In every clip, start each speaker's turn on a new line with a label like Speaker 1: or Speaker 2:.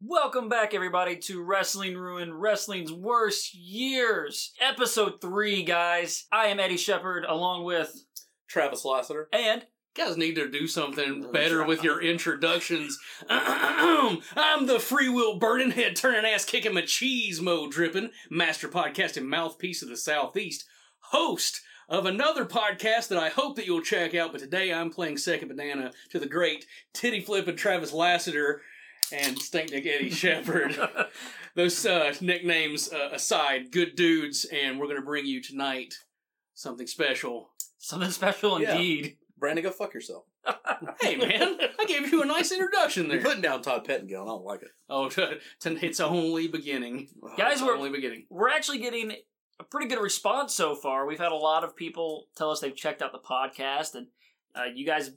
Speaker 1: Welcome back, everybody, to Wrestling Ruin, Wrestling's Worst Years, Episode 3, guys. I am Eddie Shepard, along with,
Speaker 2: Travis Lassiter.
Speaker 1: and
Speaker 2: You guys need to do something better with your introductions. I'm the free will burning, head turning, ass kicking, machismo dripping, master podcasting mouthpiece of the Southeast, host of another podcast that I hope that you'll check out. But today I'm playing second banana to the great titty flipping Travis Lassiter and stink dick Eddie Shepard. Those uh, nicknames uh, aside, good dudes, and we're going to bring you tonight something special.
Speaker 1: something special
Speaker 3: Yeah.
Speaker 1: indeed.
Speaker 3: Brandon, go fuck yourself.
Speaker 2: Hey man, I gave you a nice introduction
Speaker 3: You're
Speaker 2: there.
Speaker 3: putting down Todd Pettingill, and I don't like it.
Speaker 2: Oh, t- t- it's only beginning.
Speaker 1: Guys,
Speaker 2: It's
Speaker 1: we're-
Speaker 2: only beginning.
Speaker 1: We're actually getting a pretty good response so far. We've had a lot of people tell us they've checked out the podcast, and uh, you guys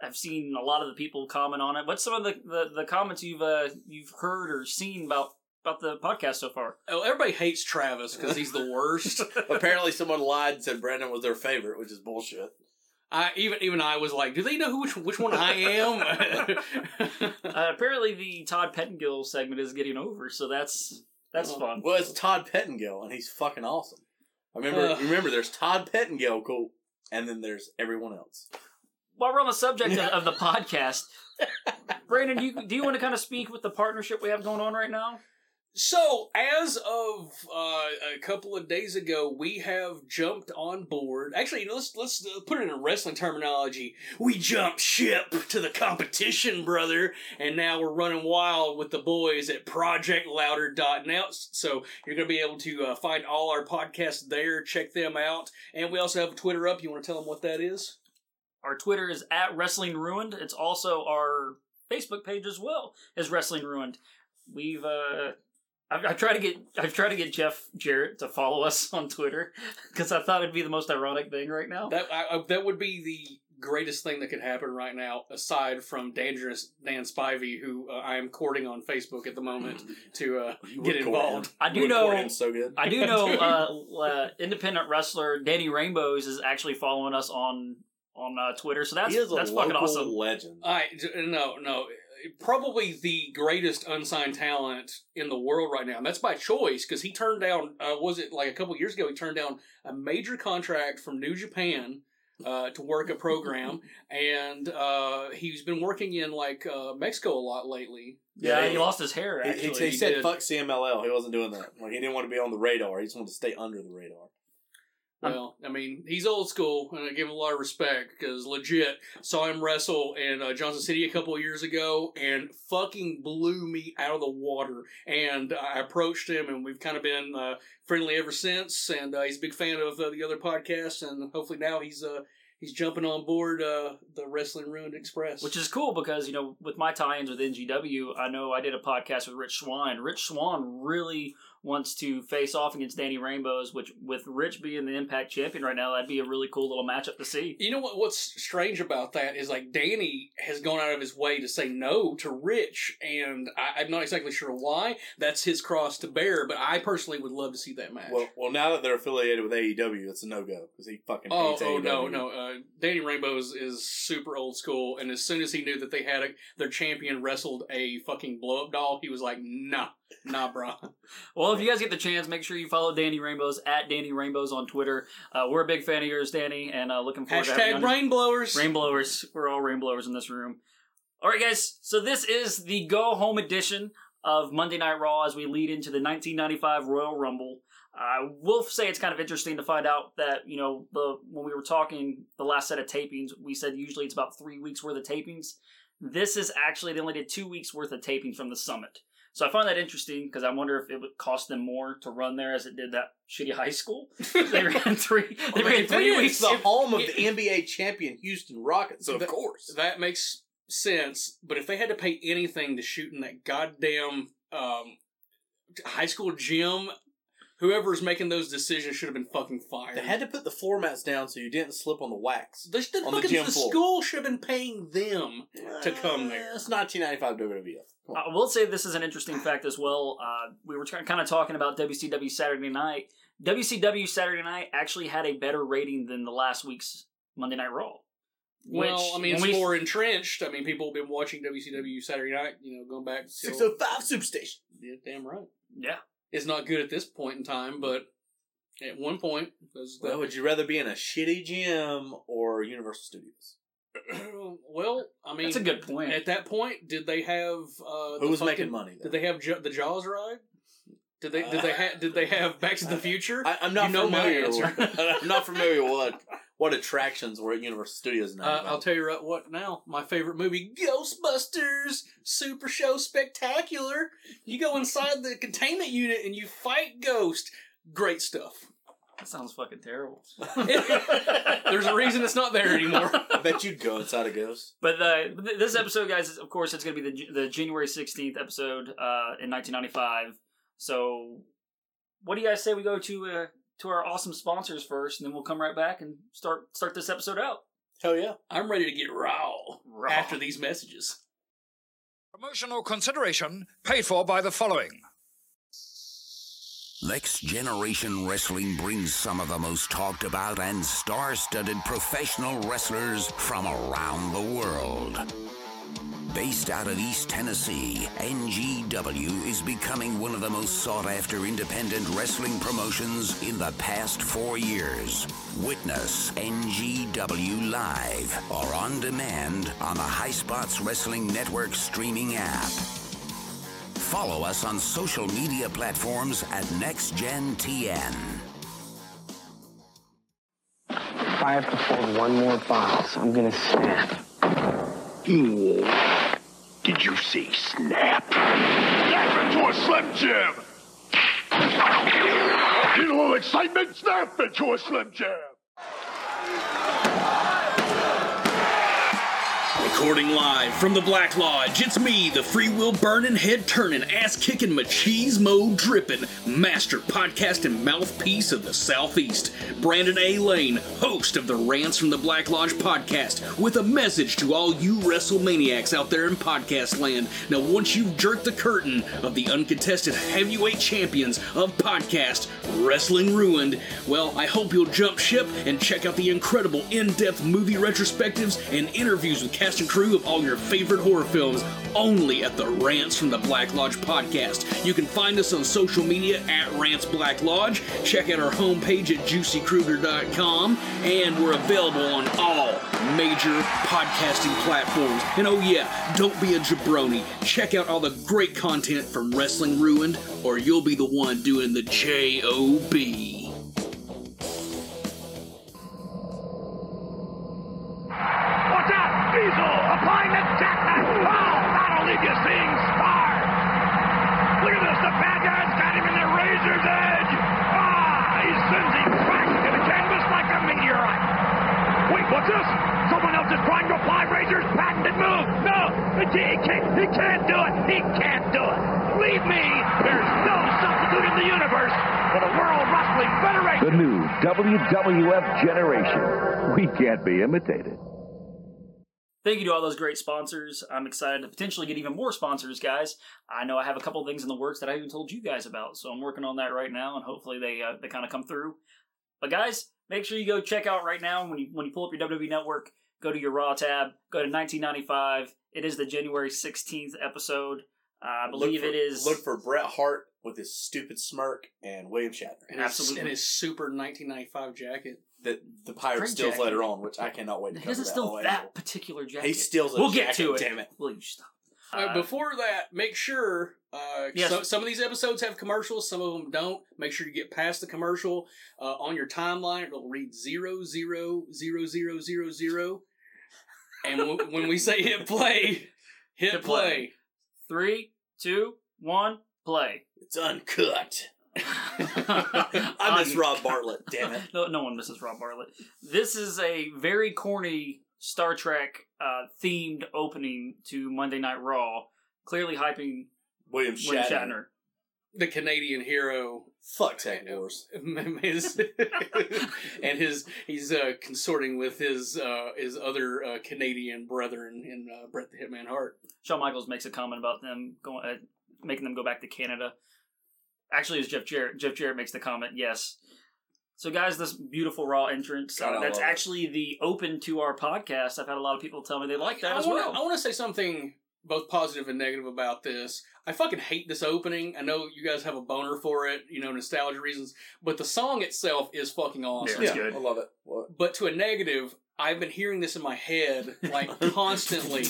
Speaker 1: have seen a lot of the people comment on it. What's some of the, the, the comments you've uh, you've heard or seen about, about the podcast so far?
Speaker 2: Oh, everybody hates Travis because he's the worst.
Speaker 3: Apparently, someone lied and said Brandon was their favorite, which is bullshit.
Speaker 2: I even even I was like, do they know who, which which one I am?
Speaker 1: Uh, apparently, the Todd Pettingill segment is getting over, so that's that's fun.
Speaker 3: Well, it's Todd Pettingill, and he's fucking awesome. I remember,
Speaker 2: Ugh.
Speaker 3: remember, there's Todd Pettingill, cool, and then there's everyone else.
Speaker 1: While we're on the subject of, of the podcast, Brandon, do you, do you want to kind of speak with the partnership we have going on right now?
Speaker 2: so, as of uh, a couple of days ago, we have jumped on board. Actually, let's let's uh, put it in wrestling terminology. We jumped ship to the competition, brother, and now we're running wild with the boys at ProjectLouder.net. So you're going to be able to uh, find all our podcasts there. Check them out, and we also have a Twitter up. You want to tell them what that is?
Speaker 1: Our Twitter is at Wrestling Ruined. It's also our Facebook page as well as Wrestling Ruined. We've uh, I've, I've tried to get I've tried to get Jeff Jarrett to follow us on Twitter because I thought it'd be the most ironic thing right now.
Speaker 2: That I, I, that would be the greatest thing that could happen right now, aside from dangerous Dan Spivey, who uh, I am courting on Facebook at the moment to uh,
Speaker 3: You
Speaker 2: get
Speaker 3: would
Speaker 2: involved.
Speaker 3: Corey.
Speaker 1: I do
Speaker 3: You would
Speaker 1: know-
Speaker 3: Corey in so good.
Speaker 1: I do know uh, uh, independent wrestler Danny Rainbows is actually following us on on uh, Twitter, so that's
Speaker 3: he is a
Speaker 1: that's fucking
Speaker 3: local
Speaker 1: awesome.
Speaker 3: legend.
Speaker 2: I j- no no, probably the greatest unsigned talent in the world right now, and that's by choice because he turned down. Uh, was it like a couple years ago? He turned down a major contract from New Japan. Uh, to work a program, and uh, he's been working in like uh, Mexico a lot lately.
Speaker 1: Yeah,
Speaker 3: he-
Speaker 1: he lost his hair.
Speaker 3: He,
Speaker 1: Actually.
Speaker 3: he- he
Speaker 2: he
Speaker 3: said
Speaker 2: did.
Speaker 3: fuck CMLL. He wasn't doing that. Like he didn't want to be on the radar. He just wanted to stay under the radar.
Speaker 1: Um,
Speaker 2: Well, I mean, he's old school, and I give him a lot of respect because legit saw him wrestle in uh, Johnson City a couple of years ago, and fucking blew me out of the water. And I approached him, and we've kind of been uh, friendly ever since. And uh, he's a big fan of uh, the other podcasts, and hopefully now he's uh, he's jumping on board uh, the Wrestling Ruined Express,
Speaker 1: Which is cool because, you know, with my tie ins with NGW, I know I did a podcast with Rich Swan. and Rich Swan really wants to face off against Danny Rainbows, which, with Rich being the Impact champion right now, that'd be a really cool little matchup to see.
Speaker 2: You know what? What's strange about that is like Danny has gone out of his way to say no to Rich, and I, I'm not exactly sure why. That's his cross to bear, but I personally would love to see that match.
Speaker 3: Well, well, now that they're affiliated with AEW, it's a no go because he fucking.
Speaker 2: oh,
Speaker 3: hates E
Speaker 2: oh no,
Speaker 3: AEW.
Speaker 2: no! Uh, Danny Rainbows is super old school, and as soon as he knew that they had a, their champion wrestled a fucking blow up doll, he was like, "Nah, nah, bro."
Speaker 1: Well, if you guys get the chance, make sure you follow Danny Rainbows at Danny Rainbows on Twitter. Uh, we're a big fan of yours, Danny, and uh, looking forward to having
Speaker 2: Hashtag
Speaker 1: you on-
Speaker 2: rainblowers.
Speaker 1: Rainblowers. We're all rainblowers in this room. All right, guys. So this is the go home edition of Monday Night Raw as we lead into the 1995 Royal Rumble. I will say it's kind of interesting to find out that you know the when we were talking the last set of tapings, we said usually it's about three weeks worth of tapings. This is actually they only did two weeks worth of tapings from the summit. So I find that interesting because I wonder if it would cost them more to run there as it did that shitty high school. They ran three. They
Speaker 3: I mean,
Speaker 1: ran three
Speaker 3: it's
Speaker 1: weeks.
Speaker 3: the
Speaker 2: if-
Speaker 3: home of
Speaker 2: if-
Speaker 3: the NBA champion Houston Rockets, so of
Speaker 2: The-
Speaker 3: course.
Speaker 2: That makes sense, but if they had to pay anything to shoot in that goddamn um, high school gym, whoever's making those decisions should have been fucking fired.
Speaker 3: They had to put the floor mats down so you didn't slip on the wax.
Speaker 2: They should- the
Speaker 3: on the
Speaker 2: fucking-
Speaker 3: gym
Speaker 2: the
Speaker 3: floor.
Speaker 2: school should have been paying them. To come there.
Speaker 3: Uh, It's 1995 WWF. E. Come on.
Speaker 1: I will say this is an interesting fact as well. Uh, we were kind of talking about WCW Saturday Night. WCW Saturday Night actually had a better rating than the last week's Monday Night Raw. Which,
Speaker 2: well, I mean, it's
Speaker 1: when we-
Speaker 2: more entrenched. I mean, people have been watching WCW Saturday night, you know, going back to
Speaker 3: Six oh five substation.
Speaker 2: Yeah, damn right.
Speaker 1: Yeah.
Speaker 2: It's not good at this point in time, but at one point, those,
Speaker 3: Well, would you rather be in a shitty gym or Universal Studios?
Speaker 2: well, I mean,
Speaker 1: That's a good point.
Speaker 2: At that point, did they have uh,
Speaker 3: Who
Speaker 2: the
Speaker 3: was
Speaker 2: fucking-
Speaker 3: making money?
Speaker 2: Did
Speaker 3: Then?
Speaker 2: they have J- the Jaws ride? Did they did they ha- did they have Back to the Future?
Speaker 3: I, I'm not
Speaker 2: You know my
Speaker 3: familiar.
Speaker 2: answer.
Speaker 3: With, I'm not familiar what what attractions were at Universal Studios now.
Speaker 2: Uh, I'll tell you right what now. My favorite movie, Ghostbusters Super Show Spectacular. You go inside the containment unit and you fight Ghost. Great stuff.
Speaker 1: that sounds fucking terrible.
Speaker 2: There's a reason it's not there anymore.
Speaker 3: I bet you'd go inside a ghost.
Speaker 1: But uh, th- this episode, guys, is, of course, it's going to be the, J- the January 16th episode uh, in 1995. So, what do you guys say we go to uh, to our awesome sponsors first, and then we'll come right back and start start this episode out?
Speaker 3: Hell yeah!
Speaker 2: I'm ready to get raw,
Speaker 1: Raw.
Speaker 2: after these messages.
Speaker 4: Promotional consideration paid for by the following.
Speaker 5: Next Generation Wrestling brings some of the most talked about and star studded professional wrestlers from around the world. Based out of East Tennessee, NGW is becoming one of the most sought after independent wrestling promotions in the past four years. Witness NGW Live or on demand on the High Spots Wrestling Network streaming app. Follow us on social media platforms at NextGenTN.
Speaker 6: If I have to fold one more box, I'm gonna snap.
Speaker 7: Did you say snap? Snap into a Slim Jim! Need a little excitement? Snap into a Slim Jim!
Speaker 2: Recording live from the Black Lodge, it's me, the free will burning, head turning, ass kicking, machismo dripping, master podcast and mouthpiece of the Southeast, Brandon A. Lane, host of the Rants from the Black Lodge podcast, with a message to all you WrestleManiacs out there in podcast land. Now, once you've jerked the curtain of the uncontested heavyweight champions of podcast, Wrestling Ruined, well, I hope you'll jump ship and check out the incredible in depth movie retrospectives and interviews with cast and crew of all your favorite horror films only at the Rants from the Black Lodge podcast. You can find us on social media at Rants Black Lodge. Check out our homepage at juicycruger.com, and we're available on all major podcasting platforms. And oh, yeah, don't be a jabroni. Check out all the great content from Wrestling Ruined, or you'll be the one doing the J.O.B.
Speaker 7: What's that? Diesel applying the jackknife! Wow, that'll leave you seeing spark! Look at this, the bad guy's got him in the razor's edge! Ah, he sends him back to the canvas like a meteorite! Wait, what's this? Someone else is trying to apply Razor's patented move! No! He can't, he can't do it! He can't do it! Believe me, there's no substitute in the universe for the World Wrestling Federation!
Speaker 8: The new WWF generation. We can't be imitated.
Speaker 1: Thank you to all those great sponsors. I'm excited to potentially get even more sponsors, guys. I know I have a couple things in the works that I haven't told you guys about, so I'm working on that right now, and hopefully they uh, they kind of come through. But guys, make sure you go check out right now when you when you pull up your WWE Network, go to your Raw tab, go to 1995. It is the January 16th episode. Uh, I believe it
Speaker 3: Look for-
Speaker 1: is.
Speaker 3: Look for Bret Hart with his stupid smirk and William Shatner.
Speaker 1: And his- Absolutely. and his
Speaker 2: super 1995 jacket.
Speaker 3: That the pirate
Speaker 1: Great
Speaker 3: steals
Speaker 1: jacket.
Speaker 3: later on, which I cannot wait to
Speaker 1: he
Speaker 3: cover
Speaker 1: doesn't
Speaker 3: that
Speaker 1: steal
Speaker 3: whole angle.
Speaker 1: that particular jacket.
Speaker 3: He steals. A
Speaker 1: We'll get
Speaker 3: jacket,
Speaker 1: to it.
Speaker 3: Damn it!
Speaker 1: Will you stop?
Speaker 2: Uh,
Speaker 1: Uh,
Speaker 2: before that, make sure uh,
Speaker 1: Yes.
Speaker 2: so- some of these episodes have commercials, some of them don't. Make sure you get past the commercial uh, on your timeline. It'll read zero zero zero zero zero zero, and w- when we say hit play, hit,
Speaker 1: Hit
Speaker 2: play.
Speaker 1: play. three, two, one, play.
Speaker 3: It's uncut. I miss Rob Bartlett. Damn it!
Speaker 1: no, no one misses Rob Bartlett. This is a very corny Star Trek uh, themed opening to Monday Night Raw, clearly hyping
Speaker 3: William Shatner.
Speaker 1: William Shatner.
Speaker 2: The Canadian hero
Speaker 3: Fuck Tech Wars.
Speaker 2: his, and his he's uh, consorting with his uh, his other uh, Canadian brethren in uh, Bret the Hitman Hart.
Speaker 1: Shawn Michaels makes a comment about them going, uh, making them go back to Canada. Actually, it's Jeff Jarrett. Jeff Jarrett makes the comment, yes. So, guys, this beautiful Raw entrance.
Speaker 3: God,
Speaker 1: uh,
Speaker 3: I
Speaker 1: that's
Speaker 3: love it.
Speaker 1: actually the open to our podcast. I've had a lot of people tell me they like that
Speaker 2: I
Speaker 1: as
Speaker 2: wanna,
Speaker 1: well.
Speaker 2: I want to say something both positive and negative about this. I fucking hate this opening. I know you guys have a boner for it, you know, nostalgia reasons, but the song itself is fucking awesome.
Speaker 1: Yeah, it's good.
Speaker 3: I love it. Love it.
Speaker 2: But to a negative, I've been hearing this in my head like constantly,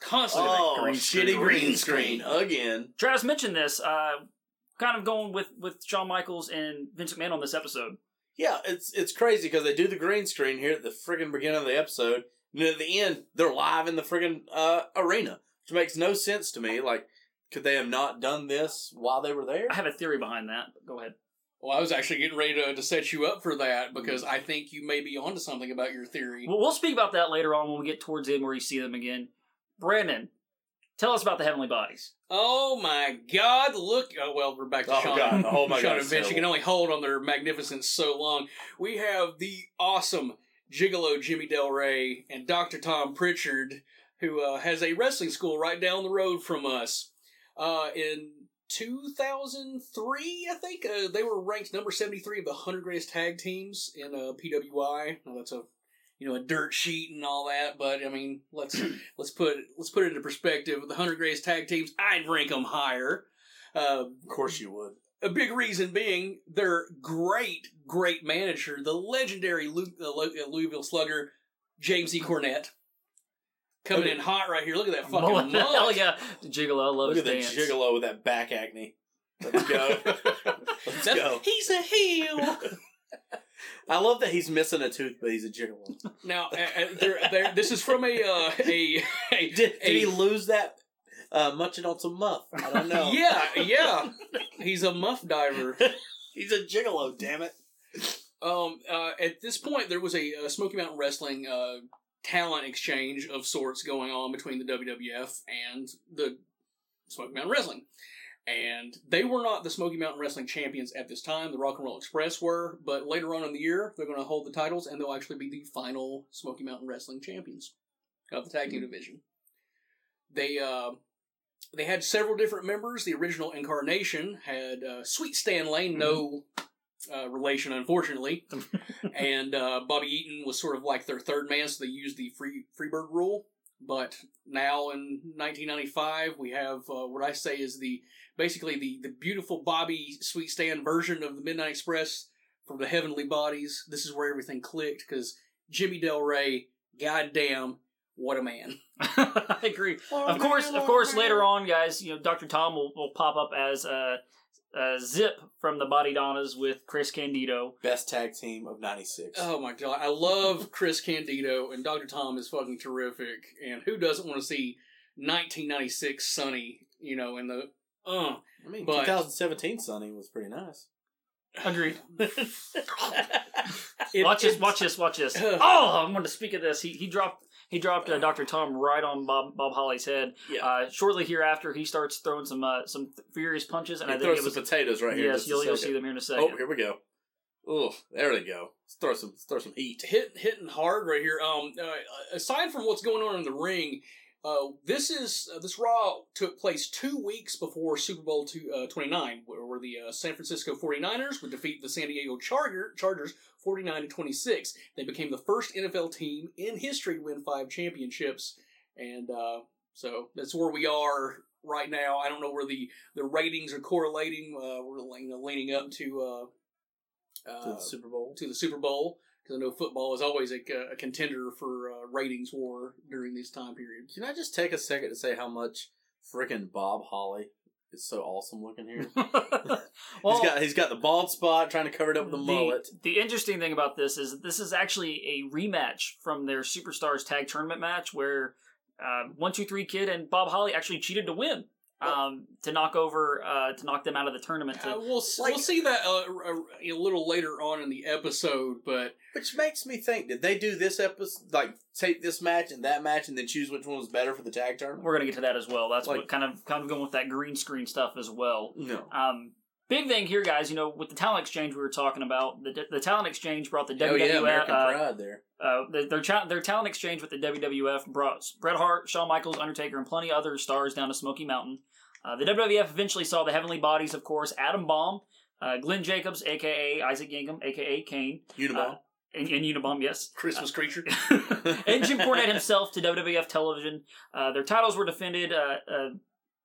Speaker 2: constantly.
Speaker 3: Oh,
Speaker 1: green screen.
Speaker 3: shitty green screen again.
Speaker 1: Travis mentioned this. Uh, kind of going with with Shawn Michaels and Vince McMahon on this episode.
Speaker 3: Yeah, it's it's crazy because they do the green screen here at the friggin' beginning of the episode, and then at the end they're live in the friggin' uh, arena, which makes no sense to me. Like, could they have not done this while they were there?
Speaker 1: I have a theory behind that. But go ahead.
Speaker 2: Well, I was actually getting ready to, to set you up for that because I think you may be onto something about your theory.
Speaker 1: Well, we'll speak about that later on when we get towards the end where you see them again. Brandon, tell us about the heavenly bodies.
Speaker 2: Oh my God! Look, oh well, we're back to
Speaker 3: Oh,
Speaker 2: Sean.
Speaker 3: God. Oh, my
Speaker 2: Sean
Speaker 3: God,
Speaker 2: and Vince. You
Speaker 3: terrible.
Speaker 2: can only hold on their magnificence so long. We have the awesome Gigolo Jimmy Del Rey and Doctor Tom Pritchard, who uh, has a wrestling school right down the road from us. Uh, in 2003, I think uh, they were ranked number 73 of the 100 greatest tag teams in uh, PWI. Now that's a you know a dirt sheet and all that, but I mean let's let's put let's put it into perspective. The 100 greatest tag teams, I'd rank them higher. Uh,
Speaker 3: Of course you would.
Speaker 2: a big reason being their great, great manager, the legendary Lu- uh, Lu- uh, Louisville Slugger, James E. Cornett, coming in hot right here. Look at that fucking
Speaker 1: Mullet.
Speaker 2: mullet.
Speaker 1: Hell yeah, Gigolo
Speaker 3: Look
Speaker 1: loves
Speaker 3: at
Speaker 1: dance.
Speaker 3: that gigolo with that back acne. Let's go. Let's
Speaker 2: That's-
Speaker 3: go.
Speaker 2: He's a heel.
Speaker 3: I love that he's missing a tooth, but he's a gigolo.
Speaker 2: now, uh, uh, there there- this is from a uh, a, a,
Speaker 3: Did, did
Speaker 2: a-
Speaker 3: he lose that uh, munching on some muff? I don't know.
Speaker 2: yeah yeah. He's a muff diver.
Speaker 3: He's a gigolo, damn it.
Speaker 2: Um, uh, at this point, there was a, uh Smoky Mountain Wrestling uh, talent exchange of sorts going on between the WWF and the Smoky Mountain Wrestling. And they were not the Smoky Mountain Wrestling champions at this time. The Rock and Roll Express were, but later on in the year, they're going to hold the titles and they'll actually be the final Smoky Mountain Wrestling champions of the tag team division. They uh, they had several different members. The original incarnation had uh, Sweet Stan Lane, no uh, relation, unfortunately, and uh, Bobby Eaton was sort of like their third man, so they used the free Freebird rule. But now in 1995, we have uh, what I say is the basically the the beautiful Bobby Sweet Stan version of the Midnight Express from the Heavenly Bodies. This is where everything clicked because Jimmy Del Rey, goddamn, what a man!
Speaker 1: I agree. Of course, of course. Later on, guys, you know, Doctor Tom will, will pop up as uh, uh, Zip from the Body Donnas with Chris Candido.
Speaker 3: Best tag team of 96.
Speaker 2: Oh my god, I love Chris Candido and Dr. Tom is fucking terrific. And who doesn't want to see 1996 Sunny, you know, in the uh
Speaker 3: I mean,
Speaker 2: but-
Speaker 3: 2017 Sonny was pretty nice.
Speaker 1: Agreed.
Speaker 2: it-
Speaker 1: watch this.
Speaker 2: it-
Speaker 1: Watch this. Watch this. Oh, I'm going to speak of this. He he dropped he dropped uh, Doctor Tom right on Bob Bob Holly's head.
Speaker 3: Yeah.
Speaker 1: Uh, shortly hereafter, he starts throwing some uh, some furious punches, and
Speaker 3: He
Speaker 1: I think
Speaker 3: throws
Speaker 1: it was
Speaker 3: some potatoes right here.
Speaker 1: yes.
Speaker 3: just a
Speaker 1: You'll you'll see
Speaker 3: second.
Speaker 1: them here in a second.
Speaker 3: Oh, here we go. Oh, there they go. Let's throw some, let's throw some heat.
Speaker 2: hit hitting hard right here. Um, uh, aside from what's going on in the ring, uh, this is uh, this Raw took place two weeks before Super Bowl two, uh, 29, where, where the uh, San Francisco 49ers would defeat the San Diego Charger, Chargers 49 to 26. They became the first NFL team in history to win five championships, and uh, so that's where we are right now. I don't know where the, the ratings are correlating. Uh, we're leaning, leaning up to uh,
Speaker 3: to
Speaker 2: uh,
Speaker 3: the Super Bowl.
Speaker 2: to the Super Bowl because I know football is always a, a contender for uh, ratings war during these time periods.
Speaker 3: Can I just take a second to say how much freaking Bob Holly is so awesome looking Oh, here? he's got he's got the bald spot trying to cover it up with the, mullet.
Speaker 1: The interesting thing about this is that this is actually a rematch from their Superstars Tag Tournament match where uh, One Two Three Kid and Bob Holly actually cheated to win
Speaker 3: Oh.
Speaker 1: um, to knock over uh, to knock them out of the tournament.
Speaker 2: Uh,
Speaker 1: To,
Speaker 2: we'll s we'll see that uh, a- a, a little later on in the episode, but
Speaker 3: Which makes me think, did they do this episode like take this match and that match and then choose which one was better for the tag tournament?
Speaker 1: we're gonna get to that as well. That's what
Speaker 3: Like-
Speaker 1: kind of kind of going with that green screen stuff as well.
Speaker 3: No.
Speaker 1: Um, big thing here, guys. You know, with the talent exchange we were talking about, the, the talent exchange brought the
Speaker 3: oh
Speaker 1: WWF
Speaker 3: yeah, American
Speaker 1: uh,
Speaker 3: Pride there.
Speaker 1: Uh, their, their, cha- their talent exchange with the WWF brought Bret Hart, Shawn Michaels, Undertaker, and plenty other stars down to Smoky Mountain. Uh, the WWF eventually saw the Heavenly Bodies, of course, Adam Bomb, uh, Glenn Jacobs, aka Isaac Yankum, aka Kane,
Speaker 3: Uniball.
Speaker 1: Uh, and, and Unabomb, yes.
Speaker 2: Christmas creature.
Speaker 1: and Jim Cornette himself to WWF television. Uh, their titles were defended uh, uh,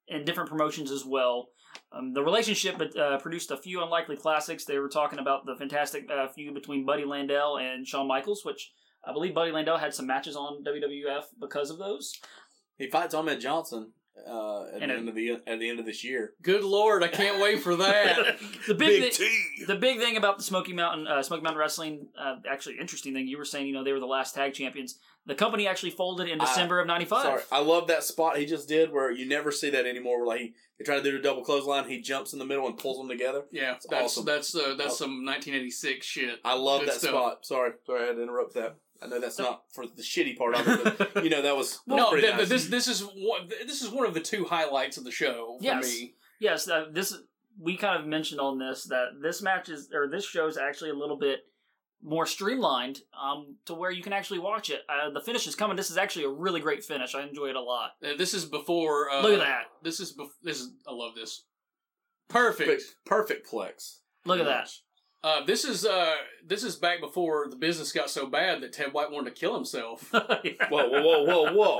Speaker 1: in different promotions as well. Um, the relationship uh, produced a few unlikely classics. They were talking about the fantastic uh, feud between Buddy Landell and Shawn Michaels, which I believe Buddy Landell had some matches on WWF because of those.
Speaker 3: he fights Ahmed Johnson uh,
Speaker 1: And
Speaker 3: at the
Speaker 1: it-
Speaker 3: end of the at the end of this year.
Speaker 2: Good lord, I can't wait for that.
Speaker 1: The big, thi-
Speaker 3: T.
Speaker 1: the big thing about the Smoky Mountain, uh, Smoky Mountain Wrestling, uh, actually interesting thing you were saying, you know, they were the last tag champions. The company actually folded in
Speaker 3: I-
Speaker 1: December of '95.
Speaker 3: Sorry, I love that spot he just did where you never see that anymore. Where like he, they try to do a double clothesline, he jumps in the middle and pulls them together.
Speaker 2: Yeah,
Speaker 3: It's
Speaker 2: that's
Speaker 3: awesome.
Speaker 2: that's uh, that's
Speaker 3: Oh.
Speaker 2: some 1986 shit.
Speaker 3: I love
Speaker 2: Good
Speaker 3: that
Speaker 2: stuff.
Speaker 3: spot. Sorry, sorry, I had to interrupt that. I know that's not for the shitty part of it, but you know that was that was
Speaker 2: no,
Speaker 3: pretty
Speaker 2: th-
Speaker 3: nice.
Speaker 2: th- this this is one this is one of the two highlights of the show for
Speaker 1: Yes.
Speaker 2: me.
Speaker 1: Yes, uh, this we kind of mentioned on this that this match is or this show is actually a little bit more streamlined um, to where you can actually watch it. Uh, the finish is coming. This is actually a really great finish. I enjoy it a lot.
Speaker 2: Uh, this is before. Uh,
Speaker 1: Look at that.
Speaker 2: This is bef- this is I love this. Perfect.
Speaker 3: Perfect, perfect plex.
Speaker 1: Look at that.
Speaker 2: Uh, this is uh, this is back before the business got so bad that Ted White wanted to kill himself.
Speaker 3: Whoa, whoa, whoa, whoa, whoa!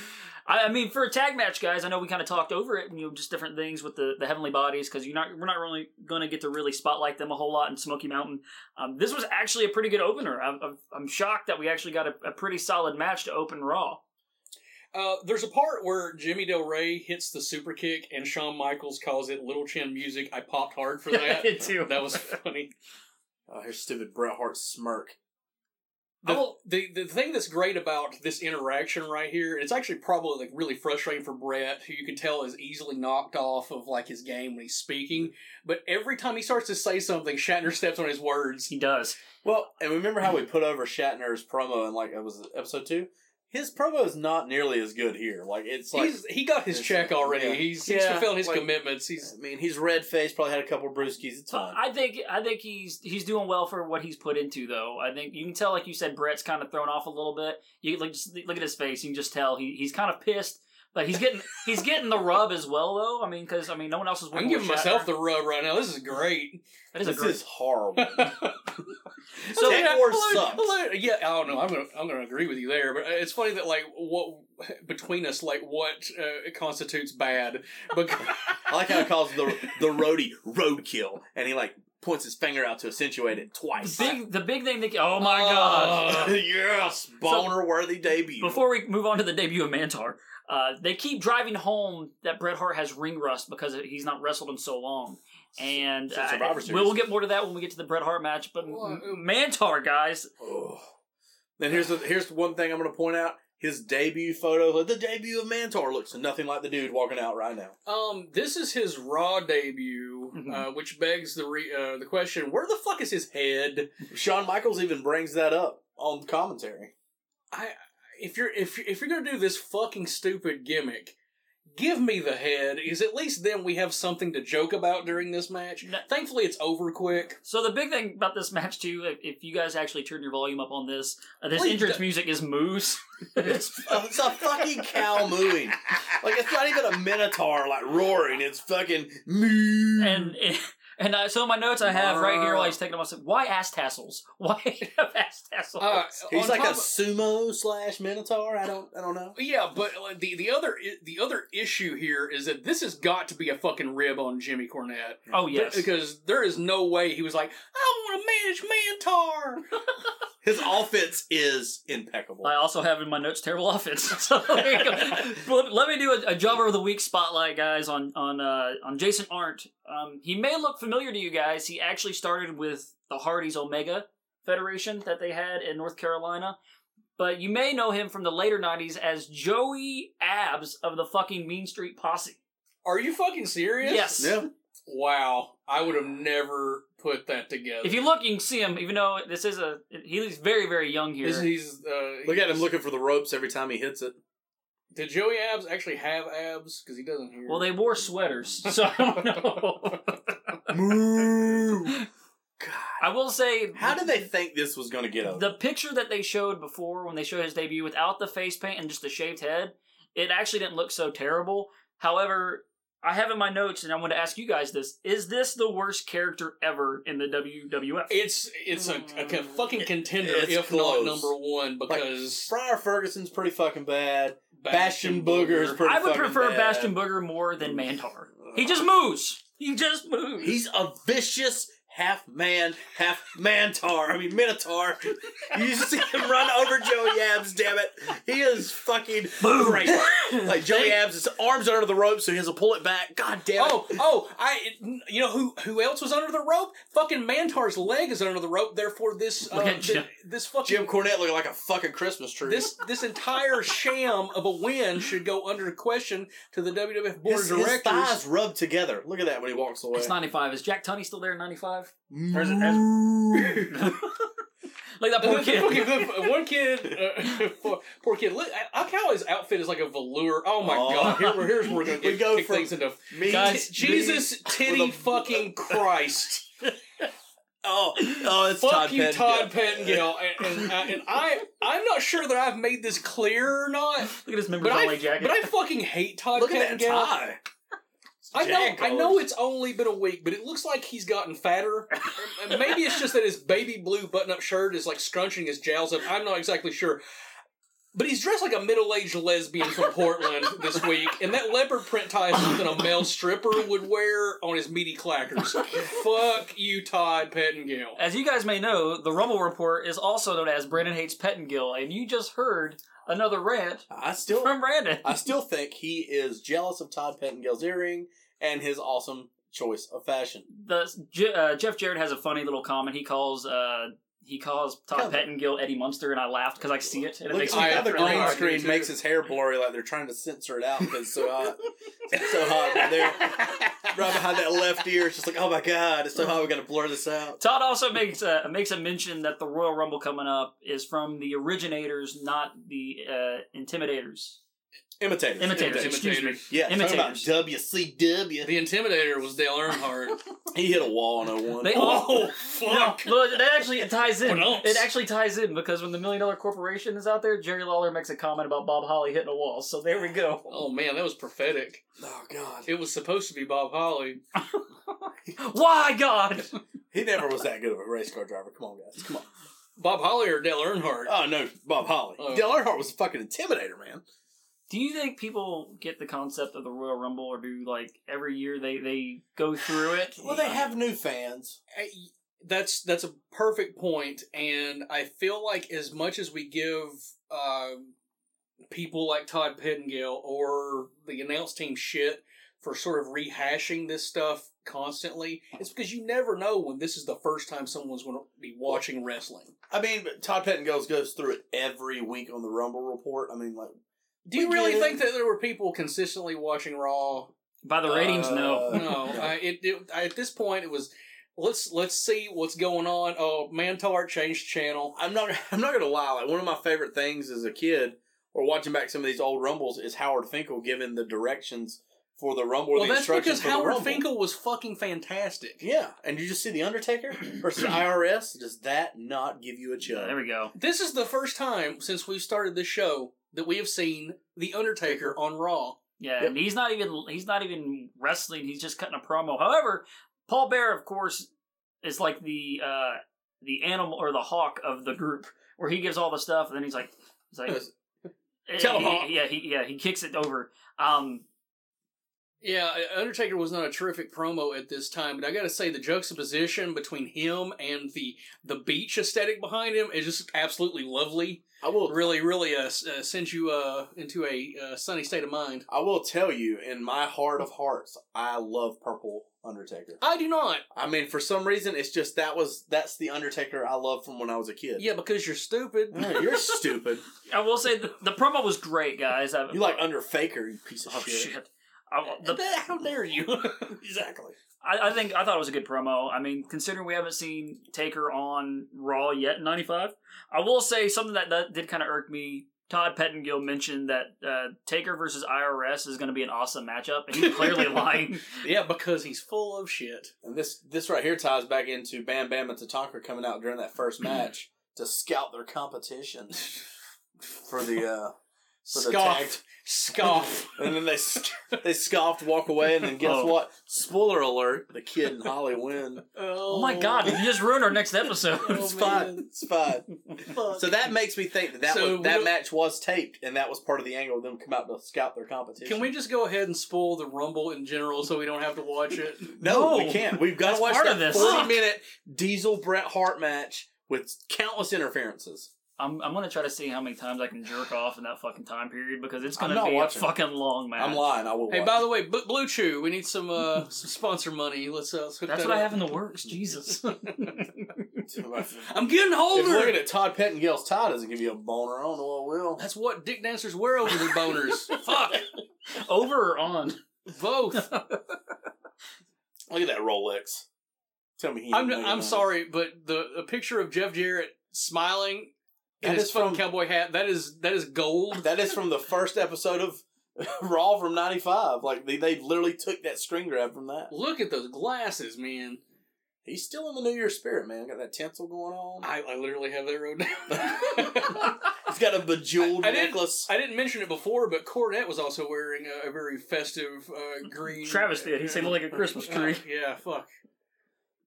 Speaker 1: I, I mean, for a tag match, guys, I know we kind of talked over it, and you know, just different things with the, the heavenly bodies because you're not we're not really going to get to really spotlight them a whole lot in Smoky Mountain. Um, this was actually a pretty good opener. I'm, I'm, I'm shocked that we actually got a, a pretty solid match to open Raw.
Speaker 2: Uh, there's a part where Jimmy Del Rey hits the super kick and Shawn Michaels calls it Little Chin Music. I popped hard for that.
Speaker 1: did too.
Speaker 2: that was funny.
Speaker 3: Oh, here's stupid Bret Hart smirk.
Speaker 2: The,
Speaker 1: I will-
Speaker 2: the the thing that's great about this interaction right here, it's actually probably like really frustrating for Brett, who you can tell is easily knocked off of like his game when he's speaking. But every time he starts to say something, Shatner steps on his words.
Speaker 1: He does.
Speaker 3: Well, and remember how we put over Shatner's promo in like it was episode two. His promo is not nearly as good here. Like it's like
Speaker 2: he's he got his
Speaker 3: It's-
Speaker 2: check already.
Speaker 3: yeah.
Speaker 2: He's, he's
Speaker 3: Yeah,
Speaker 2: fulfilling his
Speaker 3: like-
Speaker 2: commitments. He's
Speaker 3: I mean, he's red faced, probably had a couple brewskis. It's
Speaker 1: So
Speaker 3: fine.
Speaker 1: I think I think he's he's doing well for what he's put into though. I think you can tell, like you said, Brett's kind of thrown off a little bit. You like just look at his face, you can just tell he, he's kind of pissed, but he's getting he's getting the rub as well though. I mean, because I mean, no one else is.
Speaker 2: I'm giving myself the rub right now. This is great.
Speaker 1: That is a
Speaker 3: this
Speaker 1: great.
Speaker 3: is horrible.
Speaker 2: So
Speaker 3: Tech
Speaker 2: yeah,
Speaker 3: Wars
Speaker 2: well,
Speaker 3: sucks.
Speaker 2: well, yeah, I don't know. I'm gonna I'm gonna agree with you there, but it's funny that like what between us, like what uh, constitutes bad. Because
Speaker 3: I like how he calls the the roadie roadkill, and he like points his finger out to accentuate it twice.
Speaker 1: The big the big thing that oh my god.
Speaker 3: yes, boner worthy debut.
Speaker 1: Before we move on to the debut of Mantar, uh, they keep driving home that Bret Hart has ring rust because he's not wrestled in so long. And
Speaker 3: Since
Speaker 1: uh,
Speaker 3: Survivor
Speaker 1: we'll,
Speaker 3: Series.
Speaker 1: we'll get more to that when we get to the Bret Hart match. But
Speaker 2: Well,
Speaker 1: M- Mantar, guys,
Speaker 3: Ugh. Then here's the, here's one thing I'm going to point out. His debut photo, the debut of Mantar, looks nothing like the dude walking out right now.
Speaker 2: um, this is his Raw debut, uh,
Speaker 1: Mhm.
Speaker 2: which begs the re- uh, the question: Where the fuck is his head?
Speaker 3: Shawn Michaels even brings that up on commentary.
Speaker 2: I if you're if if you're gonna do this fucking stupid gimmick. Give me the head, is at least then we have something to joke about during this match.
Speaker 1: No.
Speaker 2: Thankfully, it's over quick.
Speaker 1: So the big thing about this match too, if, if you guys actually turn your volume up on this, uh, this
Speaker 2: Please
Speaker 1: entrance
Speaker 2: do-
Speaker 1: music is Moose. It's-
Speaker 3: Oh, it's a fucking cow mooing. Like it's not even a minotaur like roaring. It's fucking moo.
Speaker 1: and and uh, so my notes I have right here while he's taking them, I said, "Why ass tassels? Why have ass tassels?"
Speaker 2: Uh,
Speaker 3: he's
Speaker 2: on
Speaker 3: like a
Speaker 2: top of-
Speaker 3: sumo slash minotaur. I don't I don't know.
Speaker 2: Yeah, but like, the the other i- the other issue here is that this has got to be a fucking rib on Jimmy Cornette.
Speaker 1: oh yes,
Speaker 2: Because there is no way he was like, I want to manage Mantar.
Speaker 3: His offense is impeccable.
Speaker 1: I also have in my notes terrible offense. So there you go. But let me do a, a jobber of the week spotlight, guys, on on uh, on Jason Arndt. Um, he may look familiar to you guys. He actually started with the Hardy's Omega Federation that they had in North Carolina. But you may know him from the later '90s as Joey Abs of the fucking Mean Street Posse.
Speaker 2: Are you fucking serious?
Speaker 1: Yes.
Speaker 3: yeah.
Speaker 2: Wow. I would have never put that together.
Speaker 1: If you look, you can see him. Even though this is a, he's very very young here.
Speaker 2: He's- he's, uh,
Speaker 3: Look at him
Speaker 2: he's-
Speaker 3: looking for the ropes every time he hits it.
Speaker 2: Did Joey Abs actually have abs? Because he doesn't hear.
Speaker 1: Well, they wore sweaters, so I don't know.
Speaker 3: Moo.
Speaker 1: I will say,
Speaker 3: How did they think this was going to get over?
Speaker 1: the picture that they showed before when they showed his debut without the face paint and just the shaved head, it actually didn't look so terrible. However, I have in my notes, and I want to ask you guys this: Is this the worst character ever in the WWF?
Speaker 2: It's it's a, a co- fucking contender,
Speaker 3: It's
Speaker 2: if not
Speaker 3: close.
Speaker 2: number one, because
Speaker 3: Friar Ferguson's pretty fucking bad. Bastion
Speaker 2: Bastion
Speaker 3: Booger is
Speaker 2: Booger.
Speaker 3: pretty
Speaker 1: I would
Speaker 3: fucking
Speaker 1: prefer
Speaker 3: bad.
Speaker 1: Bastion Booger more than Mantar. He just moves. He just moves.
Speaker 3: He's a vicious half man, half mantar. I mean, minotaur. You see him run over Joey Abs, damn it. He is fucking great. Like, Joey Abs, his arms are under the rope, so he has to pull it back. God damn it.
Speaker 2: oh oh I you know who who else was under the rope? Fucking Mantar's leg is under the rope. Therefore, this uh,
Speaker 1: Look at
Speaker 2: thi-
Speaker 1: Jim.
Speaker 2: this fucking
Speaker 3: Jim Cornette looking like a fucking Christmas tree.
Speaker 2: this this entire sham of a win should go under question to the WWF board
Speaker 3: his,
Speaker 2: of
Speaker 3: his
Speaker 2: directors.
Speaker 3: thighs rubbed together. Look at that when he walks away.
Speaker 1: It's 95. Is Jack Tunney still there in 95? Or is it-
Speaker 3: Moo.
Speaker 1: Like that poor kid.
Speaker 2: Okay, the- one kid, uh, poor, poor kid. Look, I, I like how his outfit is like a velour. Oh my
Speaker 3: Oh.
Speaker 2: god! Here, we're- here's where we're gonna
Speaker 3: We
Speaker 2: get,
Speaker 3: go
Speaker 2: kick
Speaker 3: from
Speaker 2: things into
Speaker 3: Me,
Speaker 1: Guys,
Speaker 3: me-
Speaker 2: Jesus titty
Speaker 3: with a-
Speaker 2: fucking Christ.
Speaker 3: Oh, oh, it's
Speaker 2: Fuck
Speaker 3: Todd
Speaker 2: you,
Speaker 3: Pettengill.
Speaker 2: Todd Pettengill. And, and, uh, and I, I'm not sure that I've made this clear or not.
Speaker 1: Look at his members
Speaker 2: But I,
Speaker 1: only jacket.
Speaker 2: but I fucking hate Todd
Speaker 3: Look at that
Speaker 2: Pettengill.
Speaker 3: tie.
Speaker 2: I know,
Speaker 3: Jag
Speaker 2: I know
Speaker 3: colors.
Speaker 2: it's only been a week, but it looks like he's gotten fatter. And Maybe it's just that his baby blue button-up shirt is like scrunching his jowls up. I'm not exactly sure. But he's dressed like a middle-aged lesbian from Portland this week, and that leopard print tie is something a male stripper would wear on his meaty clackers. Fuck you, Todd Pettengill.
Speaker 1: As you guys may know, the Rumble Report is also known as Brandon Hates Pettingill, and you just heard another rant
Speaker 3: I still
Speaker 1: from Brandon.
Speaker 3: I still think he is jealous of Todd Pettingill's earring and his awesome choice of fashion.
Speaker 1: The, Je- uh, Jeff Jarrett has a funny little comment. He calls uh, he calls Todd Pettingill Eddie Munster, and I laughed because I see it, and it
Speaker 3: Look
Speaker 1: makes
Speaker 3: look
Speaker 1: me
Speaker 3: how the
Speaker 1: really
Speaker 3: green
Speaker 1: hard.
Speaker 3: screen makes his hair blurry, like they're trying to censor it out because it's so hot. It's so hot right there, right behind that left ear. It's just like, oh my god, it's so hot. We got to blur this out.
Speaker 1: Todd also makes a, makes a mention that the Royal Rumble coming up is from the originators, not the uh, intimidators.
Speaker 3: Imitators,
Speaker 1: Imitators, excuse me.
Speaker 3: Yeah, talking about
Speaker 1: Imitators.
Speaker 3: WCW.
Speaker 2: The Intimidator was Dale Earnhardt.
Speaker 3: He hit a wall in 01.
Speaker 1: They all-
Speaker 2: fuck!
Speaker 1: No, look, that actually it ties in.
Speaker 2: What else?
Speaker 1: It actually ties in because when the Million Dollar Corporation is out there, Jerry Lawler makes a comment about Bob Holly hitting a wall. So there we go.
Speaker 2: Oh man, that was prophetic.
Speaker 3: oh god,
Speaker 2: It was supposed to be Bob Holly.
Speaker 1: Why God?
Speaker 3: he never was that good of a race car driver. Come on, guys, come on.
Speaker 2: Bob Holly or Dale Earnhardt?
Speaker 3: Oh no, Bob Holly.
Speaker 2: Oh.
Speaker 3: Dale Earnhardt was a fucking intimidator, man.
Speaker 1: Do you think people get the concept of the Royal Rumble, or do like every year they they go through it?
Speaker 3: Well, they have new fans.
Speaker 2: I- that's that's a perfect point and i feel like as much as we give uh, people like todd pettingill or the announce team shit for sort of rehashing this stuff constantly it's because you never know when this is the first time someone's going to be watching wrestling
Speaker 3: I mean, but Todd Pettengill goes through it every week on the Rumble report. I mean, like,
Speaker 2: do you
Speaker 3: We
Speaker 2: really
Speaker 3: did.
Speaker 2: think that there were people consistently watching raw
Speaker 1: by the ratings. no.
Speaker 3: Uh,
Speaker 2: no,
Speaker 3: no.
Speaker 2: I, it, it, I, at this point it was let's let's see what's going on oh mantar changed channel
Speaker 3: I'm not. I'm not gonna lie. Like one of my favorite things as a kid, or watching back some of these old Rumbles, is Howard Finkel giving the directions for the Rumble. Or
Speaker 2: well,
Speaker 3: the
Speaker 2: that's
Speaker 3: instructions
Speaker 2: because
Speaker 3: for the
Speaker 2: Howard
Speaker 3: Rumble.
Speaker 2: Finkel was fucking fantastic.
Speaker 3: Yeah, and you just see the Undertaker versus IRS. Does that not give you a chill?
Speaker 1: There we go.
Speaker 2: This is the first time since we've started this show that we have seen The Undertaker on Raw.
Speaker 1: Yeah,
Speaker 3: Yep.
Speaker 1: and he's not even he's not even wrestling. He's just cutting a promo. However, Paul Bear, of course, is like the uh the animal or the hawk of the group, where he gives all the stuff, and then he's like, he's like,
Speaker 3: Yes.
Speaker 1: Eh,
Speaker 3: Tell him,
Speaker 1: he-
Speaker 3: Hawk.
Speaker 1: yeah, he, yeah, he kicks it over. Um,
Speaker 2: Yeah, uh, Undertaker was not a terrific promo at this time, but I gotta say the juxtaposition between him and the the beach aesthetic behind him is just absolutely lovely.
Speaker 3: I will.
Speaker 2: Really, really uh, s- uh, sends you uh, into a uh, sunny state of mind.
Speaker 3: I will tell you, in my heart of hearts, I love Purple Undertaker.
Speaker 2: I do not.
Speaker 3: I mean, for some reason, it's just that was that's the Undertaker I loved from when I was a kid.
Speaker 2: Yeah, because you're stupid.
Speaker 3: Yeah, you're stupid.
Speaker 1: I will say the, the promo was great, guys. I,
Speaker 3: You like under faker, you piece of
Speaker 1: oh
Speaker 3: shit.
Speaker 1: shit. I, the,
Speaker 2: How dare you?
Speaker 3: Exactly.
Speaker 1: I, I think I thought it was a good promo. I mean, considering we haven't seen Taker on Raw yet in '95, I will say something that, that did kind of irk me. Todd Pettengill mentioned that uh, Taker versus IRS is going to be an awesome matchup, and he's clearly lying.
Speaker 2: yeah, because he's full of shit.
Speaker 3: And this this right here ties back into Bam Bam and Tatanka coming out
Speaker 1: Mm.
Speaker 3: during that first match to scout their competition for the uh the tag.
Speaker 2: Scoff. Scoff.
Speaker 3: And then they sc- they scoffed, walk away, and then guess
Speaker 1: Oh.
Speaker 3: what? Spoiler alert: the kid and Holly win.
Speaker 1: Oh my god, you just ruined our next episode.
Speaker 3: It's fine. It's fine. So that makes me think that that,
Speaker 2: So
Speaker 3: was, that
Speaker 2: we'll-
Speaker 3: match was taped, and that was part of the angle of them come out to scout their competition.
Speaker 2: Can we just go ahead and spoil the Rumble in general so we don't have to watch it?
Speaker 3: No,
Speaker 1: No.
Speaker 3: we can't. We've got
Speaker 1: That's
Speaker 3: to watch
Speaker 1: part
Speaker 3: that
Speaker 1: of this.
Speaker 3: forty-minute Diesel Bret Hart match with countless interferences.
Speaker 1: I'm, I'm gonna try to see how many times I can jerk off in that fucking time period because it's
Speaker 3: I'm
Speaker 1: gonna
Speaker 3: not
Speaker 1: be
Speaker 3: watching.
Speaker 1: a fucking long match.
Speaker 3: I'm lying. I will.
Speaker 2: Hey,
Speaker 3: watch.
Speaker 2: by the way, B- Blue Chew, we need some uh, some sponsor money. Let's, uh, let's hook
Speaker 1: That's
Speaker 2: that
Speaker 1: what I
Speaker 2: up.
Speaker 1: have in the works. Jesus.
Speaker 3: if
Speaker 2: I'm getting
Speaker 3: you're looking
Speaker 2: older.
Speaker 3: at Todd Pettingill's Todd doesn't give you a boner, I don't know what will.
Speaker 2: That's what dick dancers wear over their boners. Fuck
Speaker 1: Over or on?
Speaker 2: both.
Speaker 3: Look at that Rolex. Tell me he.
Speaker 1: Oh
Speaker 2: I'm
Speaker 3: didn't know
Speaker 2: I'm
Speaker 3: that.
Speaker 2: sorry, but the, the picture of Jeff Jarrett smiling in
Speaker 3: That
Speaker 2: his
Speaker 3: is
Speaker 2: fucking
Speaker 3: from-
Speaker 2: cowboy hat that is that is gold.
Speaker 3: That is from the first episode of Raw from '95. Like they, they literally took that screen grab from that.
Speaker 2: Look at those glasses, man.
Speaker 3: He's still in the New Year spirit, man. Got that tinsel going on.
Speaker 2: I, I literally have that wrote down.
Speaker 3: He's got a bejeweled
Speaker 2: I- I didn't-
Speaker 3: necklace.
Speaker 2: I didn't mention it before, but Cornette was also wearing a, a very festive uh, green.
Speaker 1: Travis did. He said it looked like a Christmas tree.
Speaker 2: yeah, fuck.